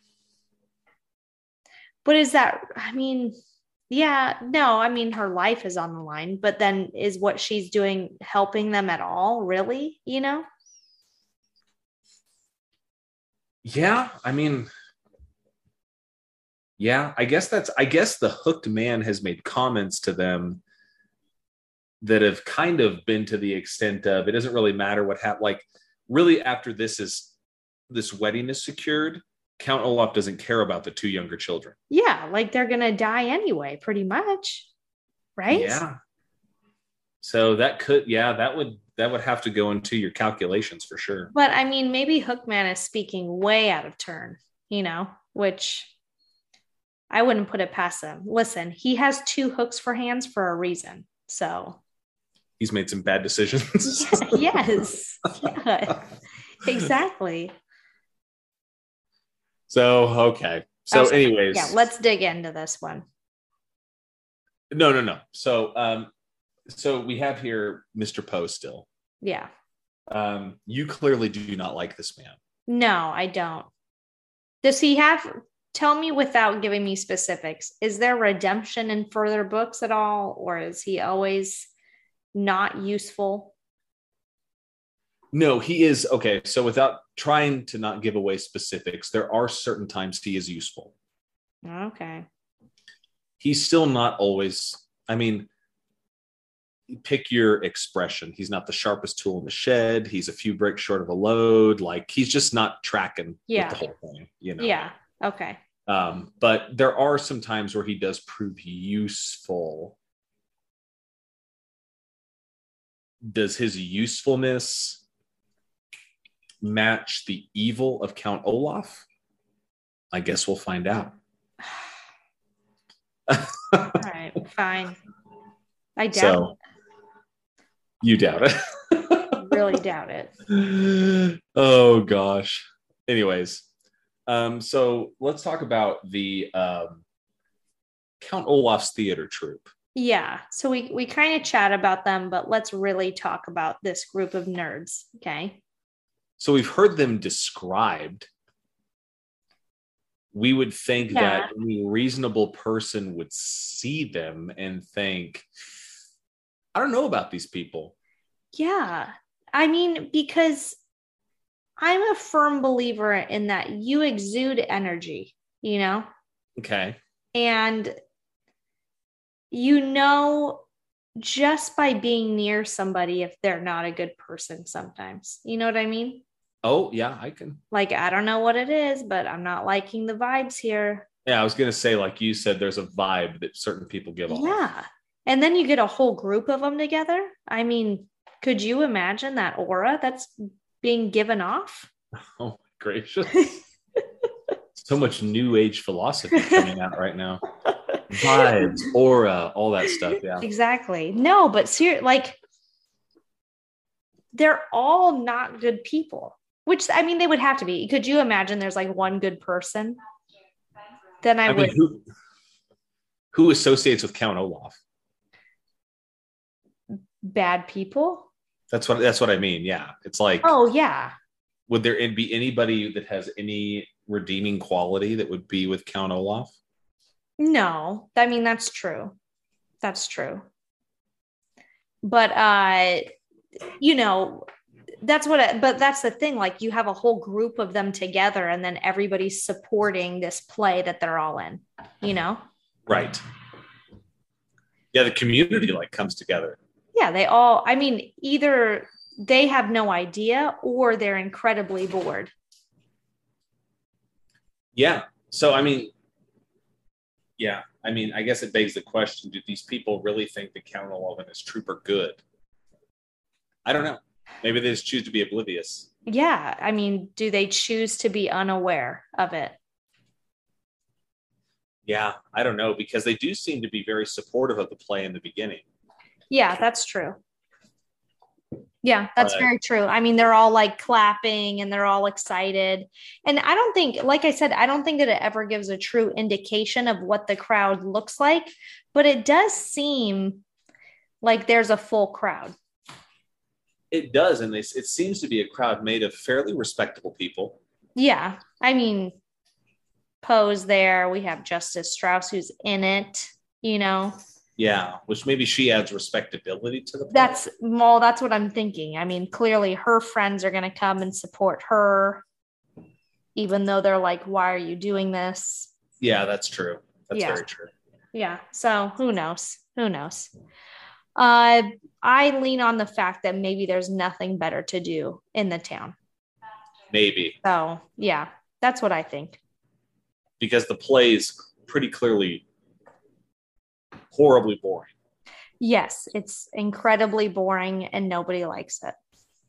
Speaker 2: But is that I mean, yeah, no, I mean her life is on the line, but then is what she's doing helping them at all, really? You know?
Speaker 1: Yeah. I mean, yeah. I guess that's, I guess the hooked man has made comments to them that have kind of been to the extent of it doesn't really matter what happened. Like, really, after this is, this wedding is secured, Count Olaf doesn't care about the two younger children.
Speaker 2: Yeah, like they're gonna die anyway, pretty much. Right?
Speaker 1: Yeah. So that could, yeah, that would that would have to go into your calculations for sure.
Speaker 2: But I mean, maybe Hookman is speaking way out of turn, you know, which I wouldn't put it past him. Listen, he has two hooks for hands for a reason. So, [LAUGHS]
Speaker 1: He's made some bad decisions. [LAUGHS]
Speaker 2: yes, yeah, exactly.
Speaker 4: So okay. So,
Speaker 2: Okay.
Speaker 4: anyways,
Speaker 2: Yeah, let's dig into this one.
Speaker 1: no, no, no. So um so we have here Mr. Poe still.
Speaker 2: Yeah.
Speaker 1: Um
Speaker 4: you clearly do not like this man.
Speaker 2: No, I don't. Does he have, tell me without giving me specifics, is there redemption in further books at all? Or is he always not useful?
Speaker 1: no, he is okay. So without trying to not give away specifics, there are certain times he is useful.
Speaker 2: Okay.
Speaker 1: He's still not always, I mean, pick your expression. He's not the sharpest tool in the shed. He's a few bricks short of a load. Like he's just not tracking
Speaker 2: Yeah.
Speaker 1: with the whole thing, you know.
Speaker 2: Yeah. Okay.
Speaker 1: Um, but there are some times where he does prove useful. Does his usefulness match the evil of Count Olaf? I guess we'll find
Speaker 2: [SIGHS]
Speaker 1: out. [LAUGHS]
Speaker 2: All right. Fine. I doubt.
Speaker 1: So you doubt it. [LAUGHS]
Speaker 2: I Really doubt it.
Speaker 1: oh gosh. Anyways, um, so let's talk about the um, Count Olaf's theater troupe.
Speaker 2: Yeah. So we we kind of chat about them, but let's really talk about this group of nerds. Okay.
Speaker 1: So we've heard them described. We would think
Speaker 2: Yeah.
Speaker 1: that any reasonable person would see them and think, I don't know about these people.
Speaker 2: Yeah. I mean, because I'm a firm believer in that you exude energy, you know,
Speaker 1: Okay.
Speaker 2: and you know just by being near somebody if they're not a good person sometimes. You know what I mean?
Speaker 1: Oh, yeah, I can.
Speaker 2: like I don't know what it is, but I'm not liking the vibes here.
Speaker 1: Yeah, I was gonna say, like you said, there's a vibe that certain people give off.
Speaker 2: Yeah. And then you get a whole group of them together. I mean, could you imagine that aura that's being given off?
Speaker 1: Oh [LAUGHS]
Speaker 2: [LAUGHS]
Speaker 1: gracious. so much new age philosophy coming out right
Speaker 2: [LAUGHS]
Speaker 1: now. Vibes, aura, all that stuff. Yeah.
Speaker 2: Exactly. No, but ser- like they're all not good people. Which I mean, they would have to be. Could you imagine? There's like one good person. Then
Speaker 1: I
Speaker 2: I, would.
Speaker 1: mean, who who associates with Count Olaf?
Speaker 2: bad people.
Speaker 1: That's what that's what I mean. Yeah. It's like
Speaker 2: Oh yeah.
Speaker 1: would there be anybody that has any redeeming quality that would be with Count Olaf?
Speaker 2: No, I mean that's true. That's true. But uh you know, that's what I, but that's the thing like you have a whole group of them together and then everybody's supporting this play that they're all in, you know?
Speaker 1: Right. Yeah, the community like comes together.
Speaker 2: Yeah, they all I mean either they have no idea or they're incredibly bored.
Speaker 1: Yeah. So I mean, yeah. I mean, I guess it begs the question: Do these people really think that Count Olaf and his troop are good? I don't know. Maybe they just choose to be oblivious.
Speaker 2: Yeah, I mean, do they choose to be unaware of it?
Speaker 1: Yeah, I don't know because they do seem to be very supportive of the play in the beginning.
Speaker 2: Yeah, that's true. Yeah, that's
Speaker 1: Right.
Speaker 2: very true. I mean, they're all like clapping and they're all excited. And I don't think, like I said, I don't think that it ever gives a true indication of what the crowd looks like, but it does seem like there's a full crowd.
Speaker 1: It does, and they, it seems to be a crowd made of fairly respectable people.
Speaker 2: Yeah. I mean, Poe's there. We have Justice Strauss who's in it, you know.
Speaker 1: Yeah, which maybe she adds respectability to the. play.
Speaker 2: That's well, that's what I'm thinking. I mean, clearly her friends are going to come and support her, even though they're like, why are you doing this?
Speaker 1: yeah, that's true. That's
Speaker 2: Yeah.
Speaker 1: very true.
Speaker 2: Yeah. So who knows? Who knows? Uh, I lean on the fact that maybe there's nothing better to do in the town.
Speaker 1: Maybe
Speaker 2: So yeah, that's what I think.
Speaker 1: because the play is pretty clearly horribly boring.
Speaker 2: Yes, it's incredibly boring and nobody likes it.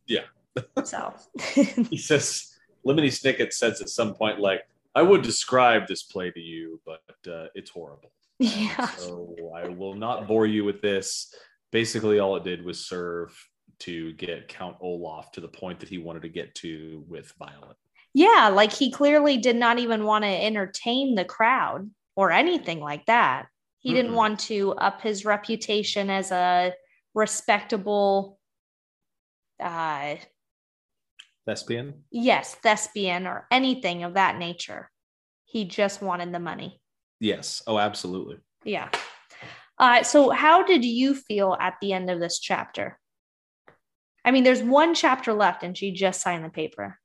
Speaker 1: Yeah. [LAUGHS]
Speaker 2: so [LAUGHS]
Speaker 1: he says lemony snicket says at some point like i would describe this play to you but uh, it's horrible
Speaker 2: yeah.
Speaker 1: so i will not bore you with this basically all it did was serve to get count olaf to the point that he wanted to get to with violet
Speaker 2: Yeah, like he clearly did not even want to entertain the crowd or anything like that. He didn't
Speaker 1: Mm-mm.
Speaker 2: want to up his reputation as a respectable uh
Speaker 1: thespian
Speaker 2: yes, thespian or anything of that nature. He just wanted the money.
Speaker 1: yes oh absolutely
Speaker 2: Yeah. Uh so how did you feel at the end of this chapter? I mean, there's one chapter left and she just signed the paper.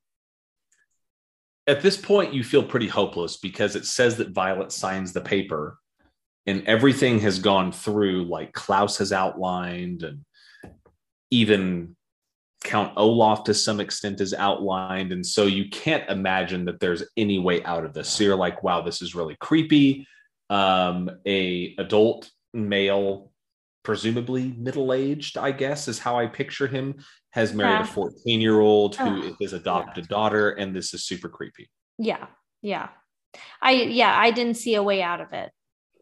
Speaker 1: at this point you feel pretty hopeless because it says that violet signs the paper and everything has gone through like klaus has outlined and even count olaf to some extent is outlined and so you can't imagine that there's any way out of this so you're like wow this is really creepy um a adult male presumably middle-aged i guess is how i picture him has married a
Speaker 2: Yeah.
Speaker 1: 14 year old who is
Speaker 2: Ugh.
Speaker 1: his adopted daughter and this is super creepy
Speaker 2: Yeah. Yeah. I yeah, I didn't see a way out of it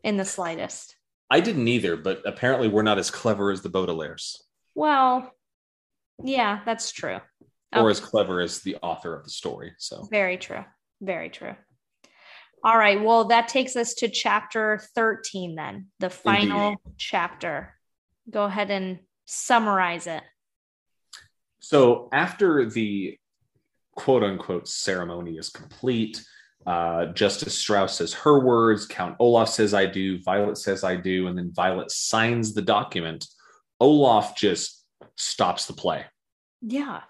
Speaker 2: in the slightest.
Speaker 1: I didn't either, but apparently we're not as clever as the Baudelaires
Speaker 2: Well, yeah, that's true.
Speaker 1: or
Speaker 2: Okay.
Speaker 1: as clever as the author of the story. So,
Speaker 2: Very true. Very true. All right. Well, that takes us to chapter 13 then, the final chapter. Go ahead and summarize it.
Speaker 1: so after the quote unquote ceremony is complete, uh, Justice Strauss says her words, Count Olaf says I do, Violet says I do, and then Violet signs the document. Olaf just stops the play.
Speaker 2: Yeah.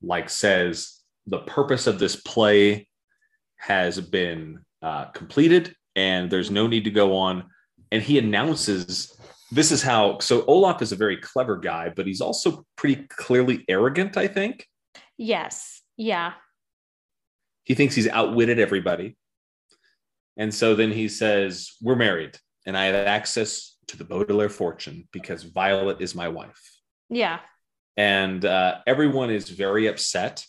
Speaker 1: like says the purpose of this play has been uh, completed and there's no need to go on and he announces this is how so olaf is a very clever guy but he's also pretty clearly arrogant i think
Speaker 2: Yes. Yeah.
Speaker 1: he thinks he's outwitted everybody And so then he says, We're married, and I have access to the Baudelaire fortune because Violet is my wife.
Speaker 2: Yeah.
Speaker 1: And uh, everyone is very upset.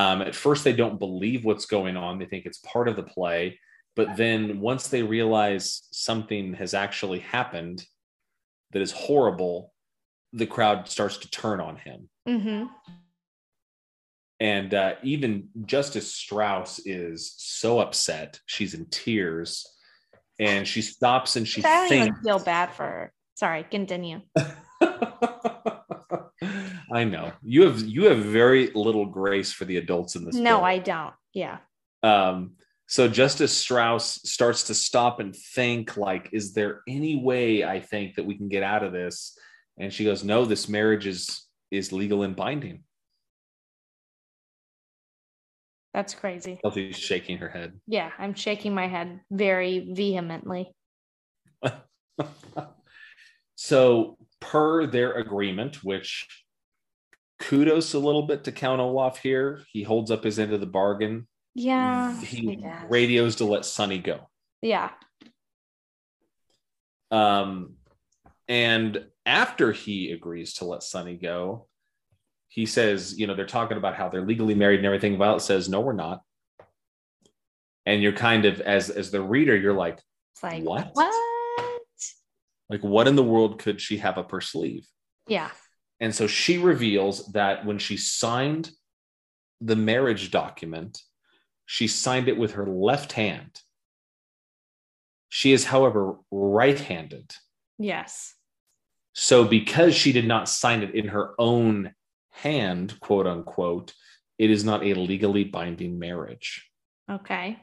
Speaker 1: Um, at first, they don't believe what's going on, they think it's part of the play. But then once they realize something has actually happened that is horrible, the crowd starts to turn on him.
Speaker 2: Mm-hmm.
Speaker 1: And uh, even Justice Strauss is so upset. She's in tears and she stops and she
Speaker 2: I don't
Speaker 1: thinks.
Speaker 2: even feel bad for her. Sorry, continue.
Speaker 1: [LAUGHS] I know you have you have very little grace for the adults in this.
Speaker 2: No,
Speaker 1: film.
Speaker 2: I don't. Yeah.
Speaker 1: Um, so Justice Strauss starts to stop and think, like, is there any way I think that we can get out of this? And she goes, No, this marriage is is legal and binding.
Speaker 2: That's crazy.
Speaker 1: Kelsey's shaking her head.
Speaker 2: Yeah, I'm shaking my head very vehemently.
Speaker 1: so per their agreement, which kudos a little bit to Count Olaf here. He holds up his end of the bargain.
Speaker 2: Yeah. I
Speaker 1: he
Speaker 2: guess.
Speaker 1: radios to let Sonny go.
Speaker 2: yeah.
Speaker 1: Um, and after he agrees to let Sonny go, he says, you know, they're talking about how they're legally married and everything. Violet says, no, we're not. And you're kind of as as the reader, you're like,
Speaker 2: It's like
Speaker 1: What?
Speaker 2: what?
Speaker 1: like, what in the world could she have up her sleeve?
Speaker 2: Yeah.
Speaker 1: And so she reveals that when she signed the marriage document, she signed it with her left hand. She is, however, right handed.
Speaker 2: Yes.
Speaker 1: So, because she did not sign it in her own hand, quote unquote, it is not a legally binding marriage,
Speaker 2: Okay.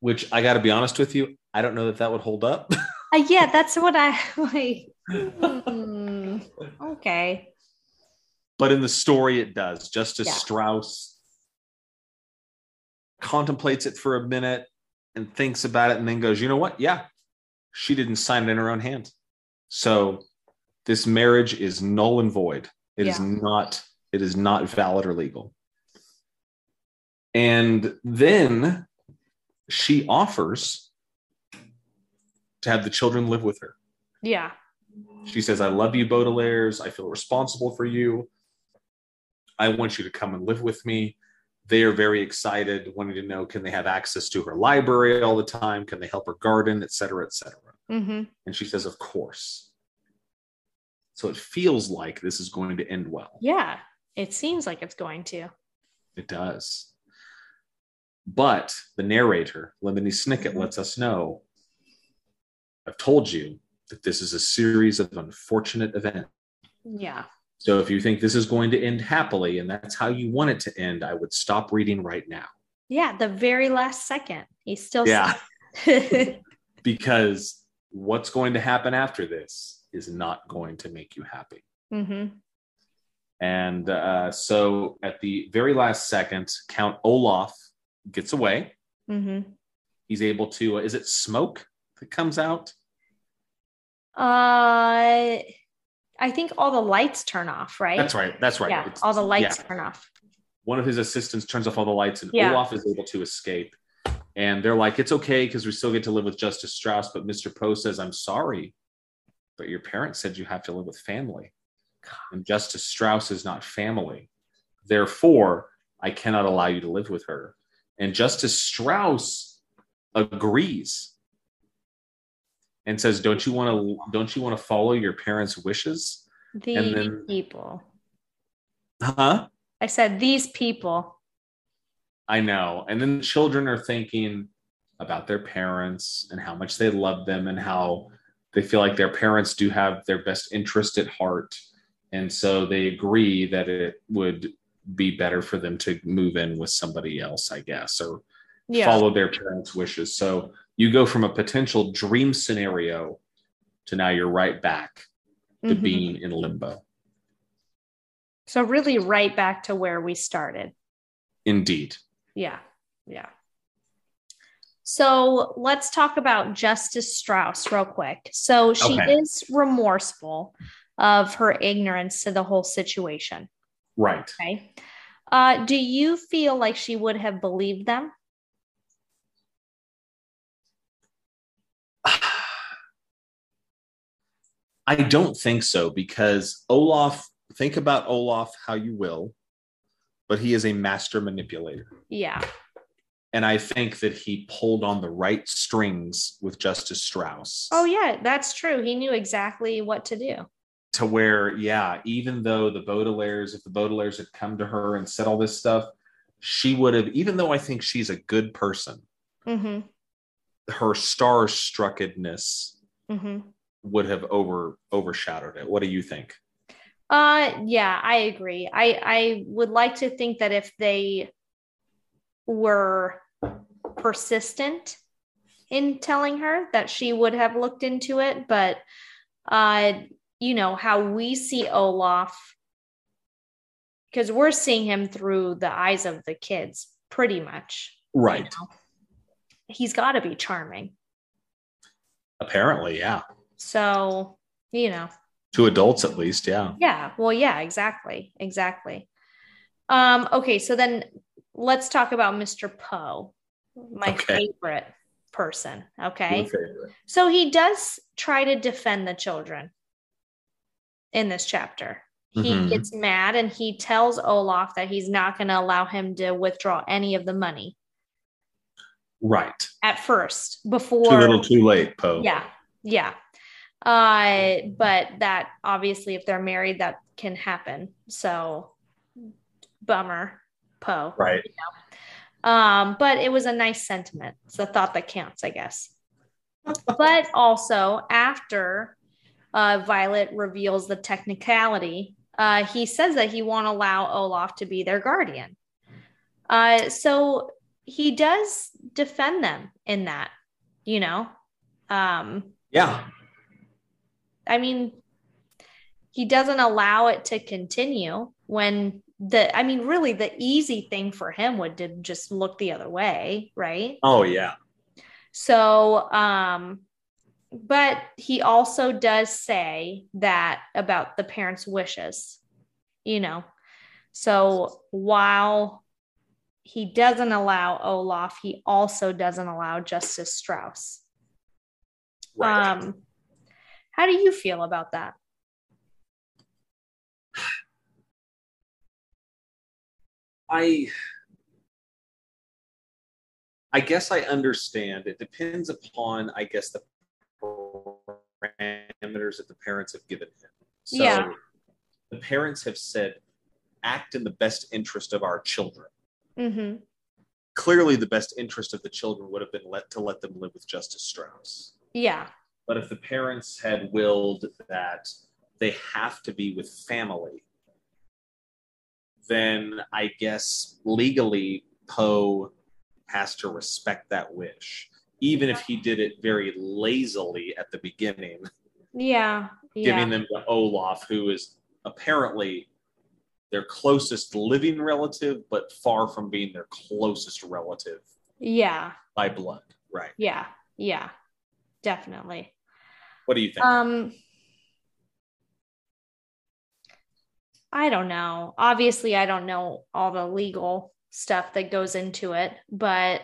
Speaker 1: which I got to be honest with you, I don't know that that would hold up.
Speaker 2: Uh, yeah, that's what I [LAUGHS] like. hmm, okay.
Speaker 1: but in the story it does justice
Speaker 2: Yeah.
Speaker 1: strauss contemplates it for a minute and thinks about it and then goes you know what yeah she didn't sign it in her own hand so this marriage is null and void It is
Speaker 2: Yeah.
Speaker 1: not it is not valid or legal and then she offers to have the children live with her
Speaker 2: Yeah.
Speaker 1: she says, I love you, Baudelaires. I feel responsible for you. I want you to come and live with me. They are very excited, wanting to know can they have access to her library all the time? Can they help her garden, et cetera, et cetera?
Speaker 2: Mm-hmm.
Speaker 1: And she says, Of course. So it feels like this is going to end well.
Speaker 2: Yeah. It seems like it's going to.
Speaker 1: It does. But the narrator, Lemony Snicket, lets us know I've told you that this is a series of unfortunate events.
Speaker 2: Yeah.
Speaker 1: So if you think this is going to end happily and that's how you want it to end, I would stop reading right now.
Speaker 2: Yeah. The very last second. He's still
Speaker 1: [LAUGHS] Because what's going to happen after this is not going to make you happy.
Speaker 2: [LAUGHS] mm-hmm.
Speaker 1: And uh, so at the very last second, Count Olaf gets away.
Speaker 2: Mm-hmm.
Speaker 1: He's able to, uh, is it smoke that comes out?
Speaker 2: Uh I think all the lights turn off, right?
Speaker 1: That's right. That's right.
Speaker 2: Yeah,
Speaker 1: It's-
Speaker 2: all the lights
Speaker 1: yeah.
Speaker 2: turn off.
Speaker 1: one of his assistants turns off all the lights and
Speaker 2: Yeah.
Speaker 1: Olaf is able to escape. And they're like, it's okay because we still get to live with Justice Strauss. But Mr. Poe says, I'm sorry, but your parents said you have to live with family. And Justice Strauss is not family. Therefore, I cannot allow you to live with her. And Justice Strauss agrees and says, Don't you want to don't you want to follow your parents' wishes?
Speaker 2: These
Speaker 1: then-
Speaker 2: people.
Speaker 1: Huh?
Speaker 2: I said these people.
Speaker 1: I know. And then the children are thinking about their parents and how much they love them and how they feel like their parents do have their best interest at heart. And so they agree that it would be better for them to move in with somebody else, I guess, or
Speaker 2: Yeah.
Speaker 1: follow their parents' wishes. So you go from a potential dream scenario to now you're right back to
Speaker 2: Mhm.
Speaker 1: being in limbo.
Speaker 2: So really right back to where we started.
Speaker 1: Indeed.
Speaker 2: Yeah. Yeah. So let's talk about Justice Strauss real quick. So she
Speaker 1: Okay.
Speaker 2: is remorseful of her ignorance to the whole situation.
Speaker 1: Right.
Speaker 2: Okay. Uh, do you feel like she would have believed them?
Speaker 1: [SIGHS] I don't think so because Olaf, think about Olaf how you will, but he is a master manipulator.
Speaker 2: Yeah.
Speaker 1: And I think that he pulled on the right strings with Justice Strauss
Speaker 2: Oh, yeah, that's true. He knew exactly what to do.
Speaker 1: to where, yeah, even though the Baudelaires, if the Baudelaires had come to her and said all this stuff, she would have, even though I think she's a good person,
Speaker 2: Mm
Speaker 1: her starstruckedness
Speaker 2: hmm. Mm hmm.
Speaker 1: would have over overshadowed it. What do you think?
Speaker 2: Uh yeah, I agree. I I would like to think that if they were persistent in telling her that she would have looked into it, but uh you know how we see Olaf because we're seeing him through the eyes of the kids pretty much.
Speaker 1: Right.
Speaker 2: He's got to be charming.
Speaker 1: Apparently, yeah.
Speaker 2: So, you know,
Speaker 1: To adults at least, yeah.
Speaker 2: Yeah. Well, yeah, exactly. Exactly. Um, okay, so then let's talk about Mr. Poe, my
Speaker 1: Okay. Mm-hmm.
Speaker 2: favorite person. Okay.
Speaker 1: Your favorite.
Speaker 2: So he does try to defend the children in this chapter. He
Speaker 1: Mhm.
Speaker 2: gets mad and he tells Olaf that he's not going to allow him to withdraw any of the money
Speaker 1: Right.
Speaker 2: at first
Speaker 1: too
Speaker 2: before
Speaker 1: little too late, Poe.
Speaker 2: Yeah. Yeah. Uh, but that obviously, if they're married, that can happen. So, bummer, Poe.
Speaker 1: Right.
Speaker 2: Um, but it was a nice sentiment. It's the thought that counts, I guess. but also, after uh, Violet reveals the technicality, uh, he says that he won't allow Olaf to be their guardian. Uh, so he does defend them in that, you know. Um,
Speaker 1: Yeah.
Speaker 2: I mean, he doesn't allow it to continue when the, I mean, really the easy thing for him would to just look the other way, right?
Speaker 1: Oh yeah.
Speaker 2: So, um, but he also does say that about the parents' wishes, you know. So while he doesn't allow Olaf, he also doesn't allow Justice Strauss.
Speaker 1: Right.
Speaker 2: Um, how do you feel about that?
Speaker 1: I I guess I understand. It depends upon, I guess, the parameters that the parents have given him. So
Speaker 2: Yeah.
Speaker 1: the parents have said, act in the best interest of our children.
Speaker 2: Mm-hmm.
Speaker 1: Clearly, the best interest of the children would have been let to let them live with Justice Strauss.
Speaker 2: Yeah.
Speaker 1: But if the parents had willed that they have to be with family, then I guess legally Poe has to respect that wish, even if he did it very lazily at the beginning,
Speaker 2: Yeah. Yeah.
Speaker 1: giving them to Olaf, who is apparently their closest living relative, but far from being their closest relative
Speaker 2: yeah.
Speaker 1: by blood. Right.
Speaker 2: Yeah. Yeah. Definitely.
Speaker 1: What do you think?
Speaker 2: Um I don't know. Obviously, I don't know all the legal stuff that goes into it, but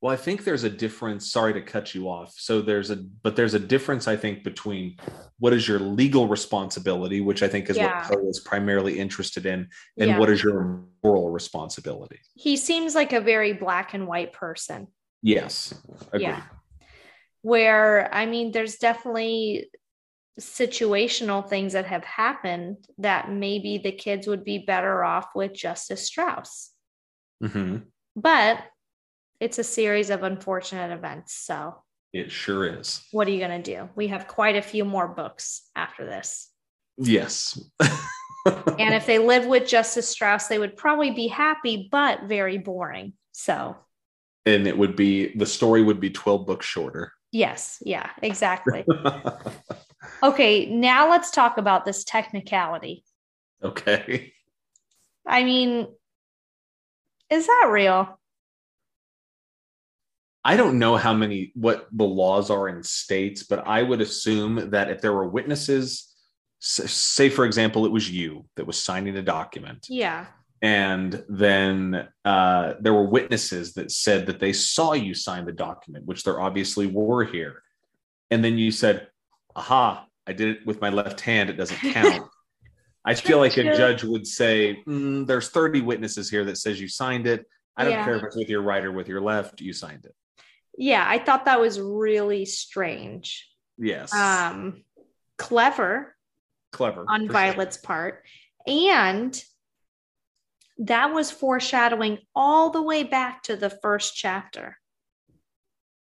Speaker 1: Well, I think there's a difference. Sorry to cut you off. So there's a, but there's a difference, I think, between what is your legal responsibility, which I think is
Speaker 2: Yeah.
Speaker 1: what Poe is primarily interested in, and
Speaker 2: yeah.
Speaker 1: what is your moral responsibility.
Speaker 2: he seems like a very black and white person.
Speaker 1: Yes. Agreed.
Speaker 2: Yeah. where I mean, there's definitely situational things that have happened that maybe the kids would be better off with Justice Strauss.
Speaker 1: Mhm.
Speaker 2: But it's a series of unfortunate events. So,
Speaker 1: It sure is.
Speaker 2: what are you going to do? We have quite a few more books after this.
Speaker 1: Yes.
Speaker 2: And if they live with Justice Strauss, they would probably be happy, but very boring. So,
Speaker 1: [LAUGHS] and it would be, the story would be 12 books shorter. [LAUGHS]
Speaker 2: yes, yeah, exactly. okay, now let's talk about this technicality.
Speaker 1: okay.
Speaker 2: I mean, is that real?
Speaker 1: I don't know how many what the laws are in states, but I would assume that if there were witnesses, s- say for example, it was you that was signing a document,
Speaker 2: Yeah.
Speaker 1: and then uh, there were witnesses that said that they saw you sign the document, which there obviously were here, and then you said, "Aha, I did it with my left hand. It doesn't count. I feel like a judge would say, "Mm, "There's 30 witnesses here that says you signed it. I don't
Speaker 2: Yeah.
Speaker 1: care if it's with your right or with your left. You signed it."
Speaker 2: Yeah, I thought that was really strange.
Speaker 1: Yes,
Speaker 2: Um, clever
Speaker 1: clever
Speaker 2: on
Speaker 1: for
Speaker 2: Violet's part. And that was foreshadowing all the way back to the first chapter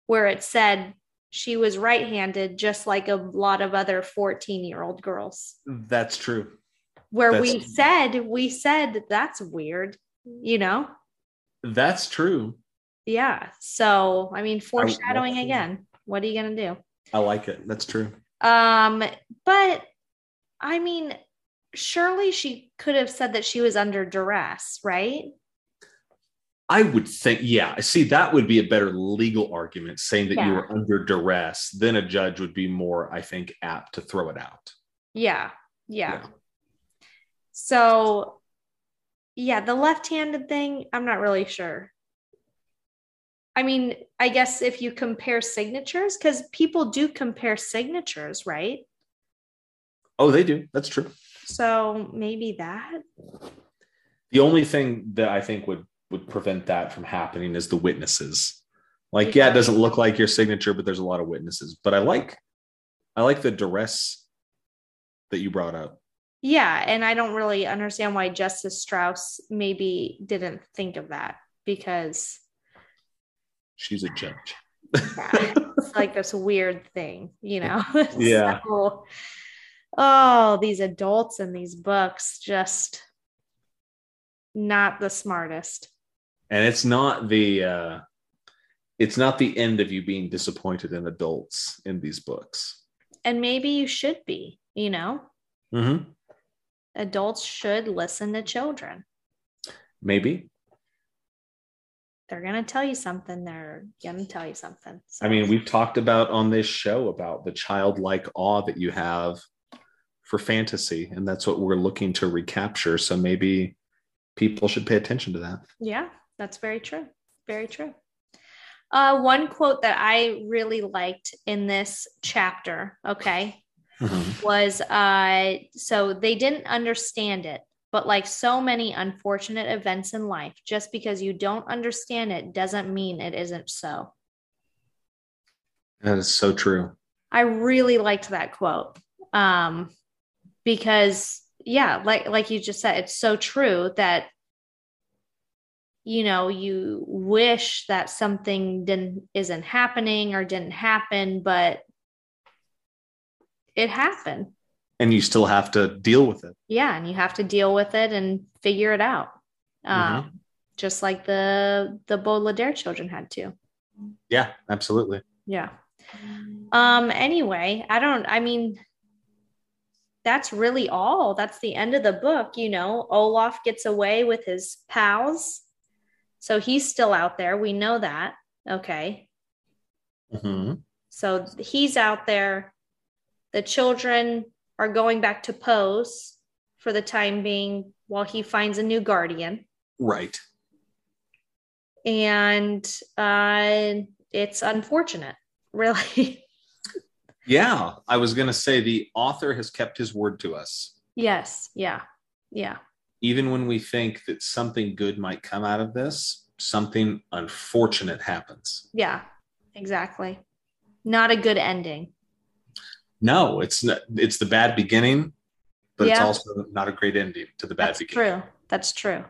Speaker 2: where it said she was right handed, just like a lot of other 14 year old girls.
Speaker 1: Sure. That's true.
Speaker 2: Where we
Speaker 1: That's-
Speaker 2: said, we said that's weird, you know?
Speaker 1: That's true.
Speaker 2: Yeah. So, I mean, foreshadowing
Speaker 1: to-
Speaker 2: again. What are you going to do?
Speaker 1: I like it. That's true.
Speaker 2: Um, but I mean, surely she could have said that she was under duress, right?
Speaker 1: I would think, yeah. See, that would be a better legal argument saying that you
Speaker 2: Yeah.
Speaker 1: were under duress. Then a judge would be more, I think, apt to throw it out.
Speaker 2: Yeah, yeah.
Speaker 1: Yeah.
Speaker 2: So, yeah, the left-handed thing, I'm not really sure. I mean, I guess if you compare signatures, because people do compare signatures, right?
Speaker 1: Oh, they do. That's true.
Speaker 2: So maybe that.
Speaker 1: The only thing that I think would would prevent that from happening is the witnesses. Like, yeah, it doesn't look like your signature, but there's a lot of witnesses. But I like, I like the duress that you brought up.
Speaker 2: Yeah, and I don't really understand why Justice Strauss maybe didn't think of that because
Speaker 1: She's a judge.
Speaker 2: yeah, it's like this weird thing, you know? [LAUGHS]
Speaker 1: [LAUGHS] Yeah.
Speaker 2: So- oh, these adults and these books just not the smartest.
Speaker 1: and it's not the uh it's not the end of you being disappointed in adults in these books
Speaker 2: And maybe you should be, you know?
Speaker 1: mm-hmm.
Speaker 2: Adults should listen to children.
Speaker 1: maybe
Speaker 2: They're going to tell you something, they're going to tell you something. So-
Speaker 1: i mean we've talked about on this show about the childlike awe that you have for fantasy and that's what we're looking to recapture so maybe people should pay attention to that
Speaker 2: Yeah, that's very true. Very true. Uh, one quote that I really liked in this chapter, okay,
Speaker 1: Mm-hmm.
Speaker 2: was uh, so they didn't understand it, but like so many unfortunate events in life, just because you don't understand it doesn't mean it isn't so.
Speaker 1: that is so true
Speaker 2: I really liked that quote um, because, yeah, like like you just said, it's so true that you know you wish that something didn't isn't happening or didn't happen, but it happened.
Speaker 1: and you still have to deal with it
Speaker 2: yeah and you have to deal with it and figure it out um, just like the the baudelaire children had to
Speaker 1: yeah absolutely
Speaker 2: yeah um anyway i don't i mean that's really all that's the end of the book you know olaf gets away with his pals so he's still out there we know that okay
Speaker 1: Mhm.
Speaker 2: so he's out there. The children are going back to Pose for the time being while he finds a new guardian.
Speaker 1: right
Speaker 2: And uh, it's unfortunate, [LAUGHS] really.
Speaker 1: yeah i was gonna say the author has kept his word to us
Speaker 2: yes. Yeah. Yeah.
Speaker 1: even when we think that something good might come out of this, something unfortunate happens.
Speaker 2: Yeah. Exactly. Not a good ending.
Speaker 1: No, it's not, it's the bad beginning, but it's
Speaker 2: Yeah.
Speaker 1: also not a great ending to the bad
Speaker 2: That's
Speaker 1: beginning.
Speaker 2: true. That's true.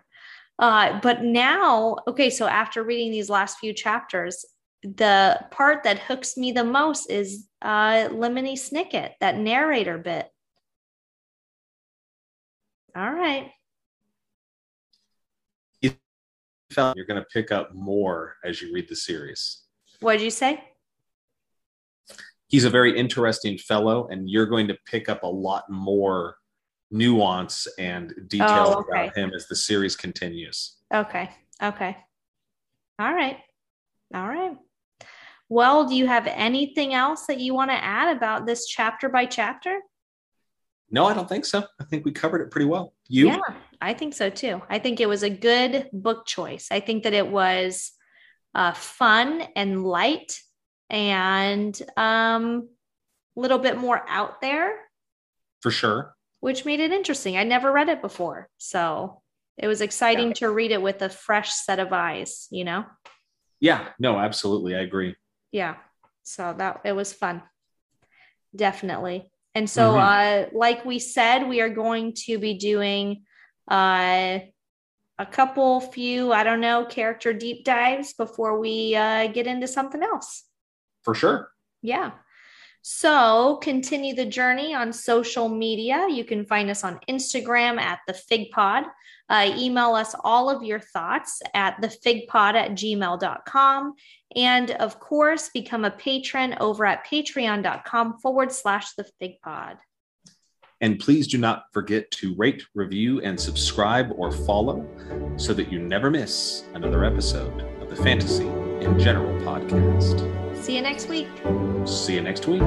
Speaker 2: Uh, but now, okay, so after reading these last few chapters, the part that hooks me the most is uh, Lemony Snicket, that narrator bit. All right.
Speaker 1: True. You're going to pick up more as you read the series.
Speaker 2: What'd you say?
Speaker 1: He's a very interesting fellow, and you're going to pick up a lot more nuance and details
Speaker 2: Oh, okay.
Speaker 1: about him as the series continues.
Speaker 2: Okay. Okay. All right. All right. Well, do you have anything else that you want to add about this chapter by chapter?
Speaker 1: No, I don't think so. I think we covered it pretty well. You?
Speaker 2: Yeah, I think so too. I think it was a good book choice. I think that it was uh, fun and light and um, little bit more out there,
Speaker 1: for sure.
Speaker 2: which made it interesting. I never read it before. So it was exciting to read it with a fresh set of eyes, you know?
Speaker 1: Yeah, no, absolutely. I agree.
Speaker 2: yeah so that it was fun definitely and so uh like we said we are going to be doing uh a couple few i don't know character deep dives before we uh get into something else
Speaker 1: For sure.
Speaker 2: yeah so continue the journey on social media you can find us on instagram at the fig pod uh, email us all of your thoughts at thefigpod at gmail.com. And of course, become a patron over at patreon.com forward slash the fig pod.
Speaker 1: And please do not forget to rate, review, and subscribe or follow so that you never miss another episode of the Fantasy in General podcast.
Speaker 2: See you next week.
Speaker 1: See you next week.